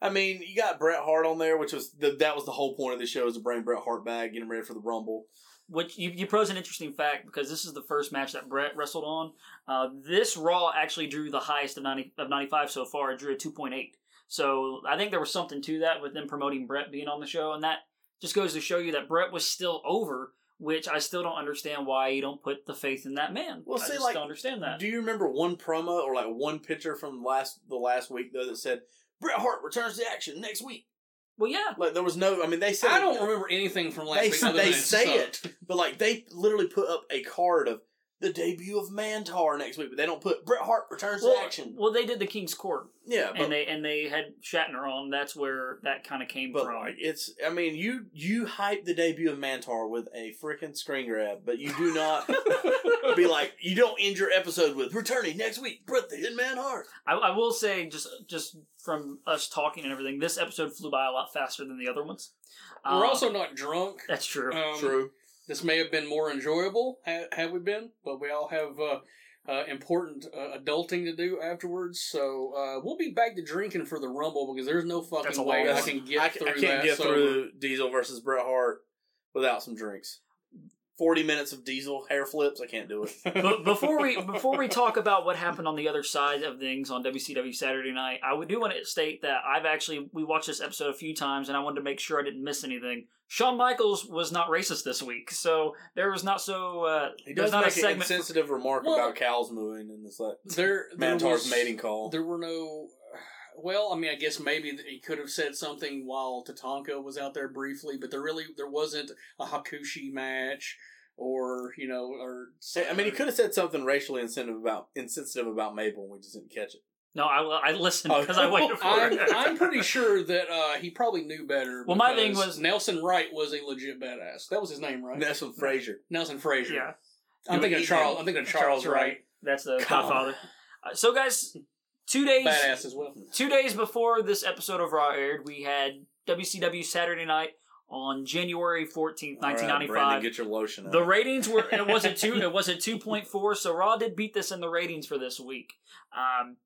Speaker 3: I mean, you got Bret Hart on there, which was the, that was the whole point of the show is to bring Bret Hart back, get him ready for the Rumble.
Speaker 1: Which you, you pose an interesting fact because this is the first match that Brett wrestled on. Uh, this Raw actually drew the highest of ninety of ninety five so far. It drew a two point eight. So I think there was something to that with them promoting Brett being on the show, and that just goes to show you that Brett was still over. Which I still don't understand why you don't put the faith in that man.
Speaker 3: Well,
Speaker 1: I
Speaker 3: see,
Speaker 1: just
Speaker 3: like,
Speaker 1: don't understand that.
Speaker 3: Do you remember one promo or like one picture from last the last week though that said Bret Hart returns to action next week?
Speaker 1: well, yeah,
Speaker 3: Like there was no, I mean, they said
Speaker 2: I don't remember anything from last
Speaker 3: They,
Speaker 2: week. Other
Speaker 3: they
Speaker 2: than
Speaker 3: say
Speaker 2: sucked.
Speaker 3: it, but like they literally put up a card of the debut of Mantar next week, but they don't put Bret Hart returns
Speaker 1: well,
Speaker 3: to action.
Speaker 1: well, they did the King's Court.
Speaker 3: yeah, but
Speaker 1: and they and they had Shatner on. That's where that kind of came
Speaker 3: But
Speaker 1: from.
Speaker 3: like it's, I mean, you you hype the debut of Mantar with a freaking screen grab, but you do not be like you don't end your episode with returning next week, Brett the Hitman Hart.
Speaker 1: I, I will say, just just from us talking and everything, this episode flew by a lot faster than the other ones.
Speaker 2: We're
Speaker 1: Uh,
Speaker 2: also not drunk.
Speaker 1: that's true.
Speaker 3: Oh.
Speaker 2: Um, This may have been more enjoyable had, had we been, but we all have uh, uh, important uh, adulting to do afterwards. So uh, we'll be back to drinking for the Rumble because there's no
Speaker 1: That's a
Speaker 2: fucking
Speaker 1: long
Speaker 2: way I
Speaker 1: one.
Speaker 2: can get
Speaker 3: I,
Speaker 2: through
Speaker 3: I can't
Speaker 2: that.
Speaker 3: get
Speaker 2: so
Speaker 3: through Diesel versus Bret Hart without some drinks. Forty minutes of Diesel hair flips, I can't do it.
Speaker 1: but before we before we talk about what happened on the other side of things on WCW Saturday night, I would- do want to state that I've actually we watched this episode a few times, and I wanted to make sure I didn't miss anything. Shawn Michaels was not racist this week, so there was not so uh,
Speaker 3: He
Speaker 1: there's
Speaker 3: does
Speaker 1: not
Speaker 3: make
Speaker 1: a
Speaker 3: an
Speaker 1: segment.
Speaker 3: insensitive remark
Speaker 2: Well-
Speaker 3: about cows moving, and it's like
Speaker 2: There, there
Speaker 3: Mantar's
Speaker 2: was-
Speaker 3: mating call.
Speaker 2: There were no. Well, I mean, I guess maybe that he could have said something while Tatanka was out there briefly, but there really there wasn't a Hakushi match or you know or
Speaker 3: I mean, he could have said something racially insensitive about insensitive about Mabel, and we just didn't catch it.
Speaker 1: No, I, I listened
Speaker 3: Oh.
Speaker 1: because I waited for
Speaker 2: I'm,
Speaker 1: it.
Speaker 2: I'm pretty sure that uh, he probably knew better.
Speaker 1: Well, my thing
Speaker 2: because
Speaker 1: was-
Speaker 2: Nelson Wright was a legit badass. That was his name, right?
Speaker 3: Nelson Frazier.
Speaker 2: Nelson Frazier.
Speaker 1: yeah,
Speaker 2: I'm
Speaker 3: Do we
Speaker 2: thinking of
Speaker 3: eat
Speaker 2: Charles.
Speaker 3: him?
Speaker 2: I'm thinking of Charles, Wright.
Speaker 1: That's the
Speaker 2: Come
Speaker 1: Godfather. Uh, so, guys, two days
Speaker 2: Badass as well.
Speaker 1: two days before this episode of Raw aired, we had WCW Saturday Night on January fourteenth,
Speaker 3: All right,
Speaker 1: nineteen ninety
Speaker 3: Brandon,
Speaker 1: five.
Speaker 3: get your lotion.
Speaker 1: The
Speaker 3: Out.
Speaker 1: ratings were it was a two it was a two point four. So Raw did beat this in the ratings for this week. Um,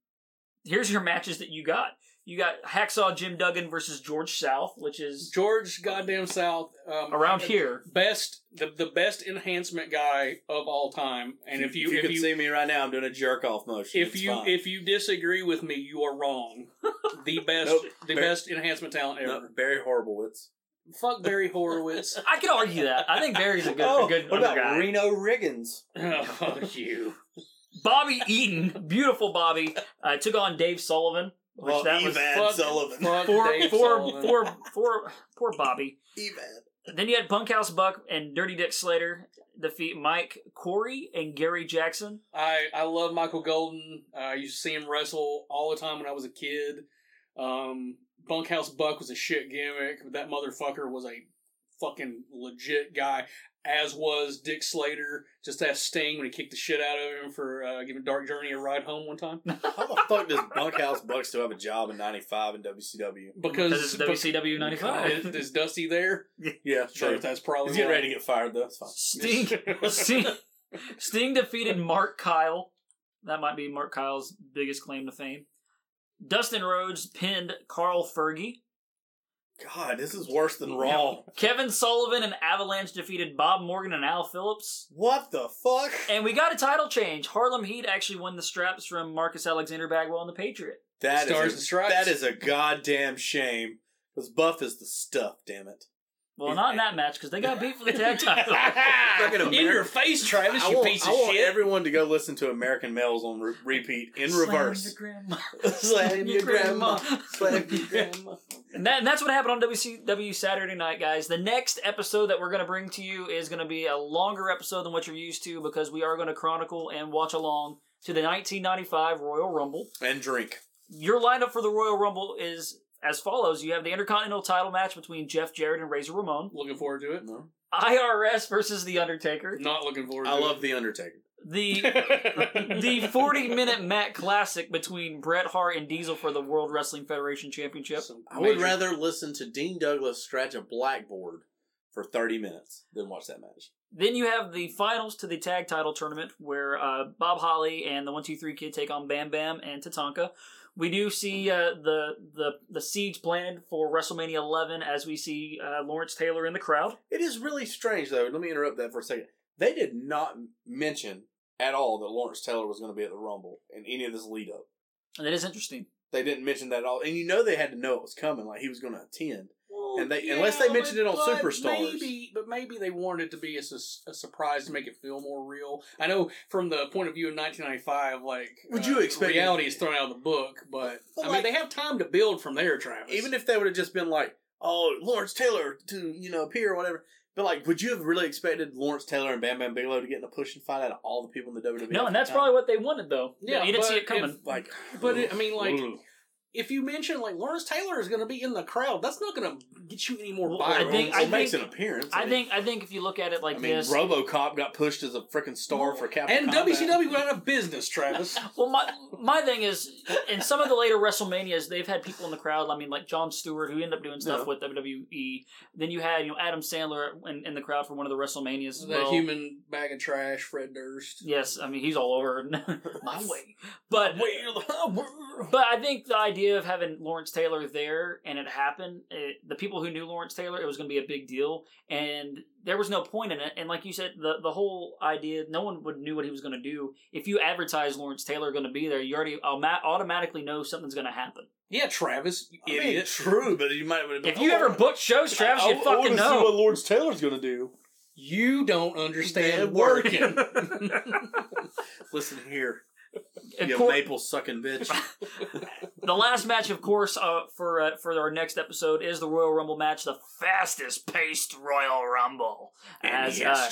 Speaker 1: here's your matches that you got. You got Hacksaw Jim Duggan versus George South, which is
Speaker 2: George Goddamn South. Um,
Speaker 1: around here.
Speaker 2: Best the the best enhancement guy of all time. And if you
Speaker 3: if you
Speaker 2: if
Speaker 3: can
Speaker 2: you
Speaker 3: see me right now, I'm doing a jerk off motion.
Speaker 2: if
Speaker 3: It's
Speaker 2: you,
Speaker 3: fine.
Speaker 2: if you disagree with me, you are wrong. The best
Speaker 3: Nope.
Speaker 2: the
Speaker 3: Bar-
Speaker 2: best enhancement talent ever.
Speaker 3: no, Barry Horowitz.
Speaker 2: Fuck Barry Horowitz.
Speaker 1: I could argue that. I think Barry's a good, a good
Speaker 3: Oh, what about
Speaker 1: guy.
Speaker 3: Reno Riggins?
Speaker 2: oh, fuck you.
Speaker 1: Bobby Eaton, beautiful Bobby, uh, took on Dave Sullivan, which
Speaker 3: Oh,
Speaker 1: that was
Speaker 3: Evan
Speaker 2: fuck-
Speaker 3: Sullivan.
Speaker 2: Fuck
Speaker 1: four,
Speaker 2: Dave
Speaker 1: four,
Speaker 2: Sullivan.
Speaker 1: four, four, poor Bobby.
Speaker 3: Evan.
Speaker 1: Then you had Bunkhouse Buck and Dirty Dick Slater defeat Mike Corey and Gary Jackson.
Speaker 2: I I love Michael Golden. Uh, I used to see him wrestle all the time when I was a kid. Um, Bunkhouse Buck was a shit gimmick. but That motherfucker was a fucking legit guy. As was Dick Slater. Just ask Sting when he kicked the shit out of him for uh, giving Dark Journey a ride home one time
Speaker 3: How the fuck does Bunkhouse Bucks still have a job in '95 in WCW?
Speaker 1: Because
Speaker 2: because
Speaker 1: it's WCW ninety
Speaker 2: Is,
Speaker 1: five.
Speaker 2: is Dusty there? Sure,
Speaker 3: Yeah, sure.
Speaker 2: that's probably.
Speaker 3: He's getting
Speaker 2: why.
Speaker 3: ready to get fired though. It's fine.
Speaker 1: Sting, Sting, Sting defeated Mark Kyle. That might be Mark Kyle's biggest claim to fame. Dustin Rhodes pinned Carl Fergie.
Speaker 3: God, this is worse than Raw.
Speaker 1: Kevin Sullivan and Avalanche defeated Bob Morgan and Al Phillips.
Speaker 3: What the fuck?
Speaker 1: And we got a title change. Harlem Heat actually won the straps from Marcus Alexander Bagwell and the Patriot.
Speaker 3: That is
Speaker 2: Stars
Speaker 3: a,
Speaker 2: and Stripes.
Speaker 3: That is a goddamn shame. Because Buff is the stuff. Damn it.
Speaker 1: Well, not in that match because they got beat for the tag title.
Speaker 3: Fucking
Speaker 2: in
Speaker 3: American-
Speaker 2: your face, Travis,
Speaker 3: I
Speaker 2: you
Speaker 3: want,
Speaker 2: piece
Speaker 3: I
Speaker 2: of
Speaker 3: want
Speaker 2: shit.
Speaker 3: everyone to go listen to American Males on re- repeat in reverse.
Speaker 1: Slam your grandma.
Speaker 3: Slam your grandma. Slam your grandma.
Speaker 1: And, that, and that's what happened on WCW Saturday night, guys. The next episode that we're going to bring to you is going to be a longer episode than what you're used to because we are going to chronicle and watch along to the 1995 Royal Rumble.
Speaker 3: And drink.
Speaker 1: Your lineup for the Royal Rumble is as follows you have the Intercontinental title match between Jeff Jarrett and Razor Ramon,
Speaker 2: Looking forward to it.
Speaker 3: No.
Speaker 1: IRS versus The Undertaker,
Speaker 2: Not looking forward. to
Speaker 3: I love The Undertaker.
Speaker 1: the
Speaker 2: it.
Speaker 1: the 40 minute Matt Classic between Bret Hart and Diesel for the World Wrestling Federation Championship.
Speaker 2: Some
Speaker 3: I would
Speaker 2: major-
Speaker 3: rather listen to Dean Douglas scratch a blackboard for 30 minutes than watch that match.
Speaker 1: Then you have the finals to the tag title tournament where uh, Bob Holly and the One Two Three Kid take on Bam Bam and Tatanka. We do see uh, the the the siege planned for WrestleMania 11 as we see uh, Lawrence Taylor in the crowd.
Speaker 3: It is really strange, though. Let me interrupt that for a second. They did not mention at all that Lawrence Taylor was going to be at the Rumble in any of this lead up.
Speaker 1: And it is interesting.
Speaker 3: They didn't mention that at all. And you know they had to know it was coming, like he was going to attend. And they- unless they mentioned it on
Speaker 2: but
Speaker 3: Superstars.
Speaker 2: maybe, but maybe they wanted it to be a, sus- a surprise to make it feel more real. I know from the point of view of 1995, like uh,
Speaker 3: Would you expect-
Speaker 2: reality is thrown out of the book? But,
Speaker 3: But
Speaker 2: I
Speaker 3: like-
Speaker 2: mean, they have time to build from there, Travis.
Speaker 3: Even if they would have just been like, oh, Lawrence Taylor to, you know, appear or whatever. But, like, would you have really expected Lawrence Taylor and Bam Bam Bigelow to get in a push and fight out of all the people in the WWE?
Speaker 1: No, and that's
Speaker 3: at the time?
Speaker 1: probably what they wanted though.
Speaker 2: Yeah,
Speaker 1: you didn't see
Speaker 2: but
Speaker 1: it coming.
Speaker 2: if-
Speaker 3: Like,
Speaker 2: but it, I mean, like
Speaker 3: Ooh.
Speaker 2: if you mention like Lawrence Taylor is going to be in the crowd, that's not going to get you any more.
Speaker 1: Well,
Speaker 2: viral.
Speaker 1: I think-
Speaker 3: Well,
Speaker 1: I
Speaker 3: it makes
Speaker 1: think-
Speaker 3: an appearance.
Speaker 1: I
Speaker 3: mean,
Speaker 1: think I think if you look at it like
Speaker 3: I mean,
Speaker 1: this,
Speaker 3: RoboCop got pushed as a freaking star for Captain
Speaker 2: and
Speaker 3: Combat.
Speaker 2: WCW went out of business, Travis.
Speaker 1: Well, my my thing is, in some of the later WrestleManias, they've had people in the crowd. I mean, like John Stewart, who ended up doing stuff
Speaker 3: Yeah.
Speaker 1: with WWE. Then you had you know Adam Sandler in, in the crowd for one of the WrestleManias. As
Speaker 2: that
Speaker 1: well.
Speaker 2: human bag of trash, Fred Durst.
Speaker 1: Yes, I mean he's all over my way, but
Speaker 2: Well,
Speaker 1: but I think the idea of having Lawrence Taylor there and it happened, it, the people who knew Lawrence Taylor, it was going to be a big deal, and there was no point in it. And like you said, the the whole idea, no one would knew what he was going to do. If you advertise Lawrence Taylor going to be there, you already automa- automatically know something's going to happen.
Speaker 2: yeah, Travis, you
Speaker 3: I mean,
Speaker 2: idiot.
Speaker 3: true, but you might have been. oh,
Speaker 1: If you ever booked shows, Travis, you fucking
Speaker 3: see
Speaker 1: know.
Speaker 3: what Lawrence Taylor's going to do.
Speaker 2: You don't understand
Speaker 3: Dead
Speaker 2: working. Uh,
Speaker 3: Listen here,
Speaker 1: And
Speaker 3: you
Speaker 1: Cor-
Speaker 3: maple sucking bitch.
Speaker 1: the last match, of course, uh, for uh, for our next episode is the Royal Rumble match, the fastest paced Royal Rumble as uh,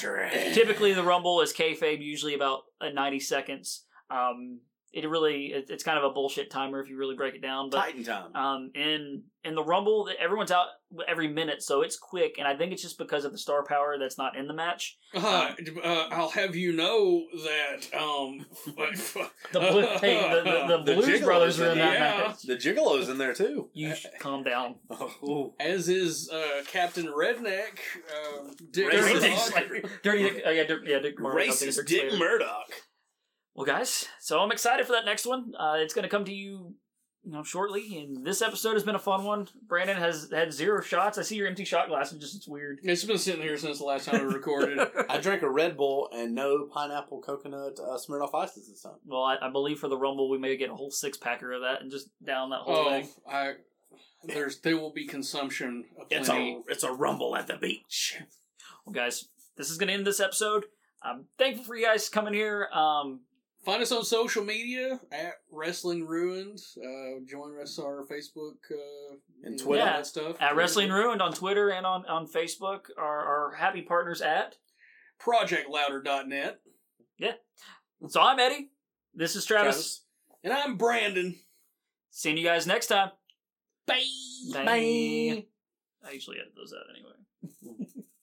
Speaker 1: Typically, the Rumble is kayfabe, usually about uh, 90 seconds. Um, it really it, it's kind of a bullshit timer if you really break it down. But
Speaker 3: Titan time.
Speaker 1: um, in in the Rumble, everyone's out every minute, so it's quick, and I think it's just because of the star power that's not in the match.
Speaker 2: Uh, uh, I'll have you know that. Um,
Speaker 1: The blue, hey, the, the, the,
Speaker 3: The
Speaker 1: Blues
Speaker 3: Jiggles,
Speaker 1: Brothers are in that
Speaker 2: yeah.
Speaker 1: match.
Speaker 3: the gigolo's in there too.
Speaker 1: You sh- calm down.
Speaker 3: Oh,
Speaker 2: As is uh, Captain Redneck, uh, Dick
Speaker 3: Racist.
Speaker 1: Dirty,
Speaker 2: Murdoch.
Speaker 1: Dick- dirty, Dick- oh, yeah, Dick- yeah, Dick Murdoch, I think it's
Speaker 3: racist Dick
Speaker 1: Slater.
Speaker 3: Murdoch.
Speaker 1: Well, guys, so I'm excited for that next one. Uh, it's going to come to you, you know, shortly. And this episode has been a fun one. Brandon has had zero shots. I see your empty shot glass, and just it's weird.
Speaker 2: It's been sitting here since the last time we recorded.
Speaker 3: I drank a Red Bull and no pineapple coconut uh, Smirnoff ices this time.
Speaker 1: Well, I, I believe for the Rumble, we may get a whole six packer of that and just down that whole
Speaker 2: oh,
Speaker 1: thing.
Speaker 2: I there's there will be consumption.
Speaker 3: It's
Speaker 2: aplenty.
Speaker 3: a it's a rumble at the beach.
Speaker 1: Well, guys, this is going to end this episode. I'm thankful for you guys coming here. Um,
Speaker 2: Find us on social media at Wrestling Ruined. Uh, join us on our Facebook uh,
Speaker 3: And
Speaker 2: all
Speaker 3: Twitter.
Speaker 1: Yeah,
Speaker 2: that stuff.
Speaker 1: at Wrestling Ruined on Twitter and on, on Facebook, our, our happy partners at.
Speaker 2: ProjectLouder.net.
Speaker 1: So I'm Eddie. This is Travis.
Speaker 3: Travis.
Speaker 2: And I'm Brandon.
Speaker 1: Seeing you guys next time.
Speaker 2: Bye.
Speaker 1: Bye. I usually edit those out anyway.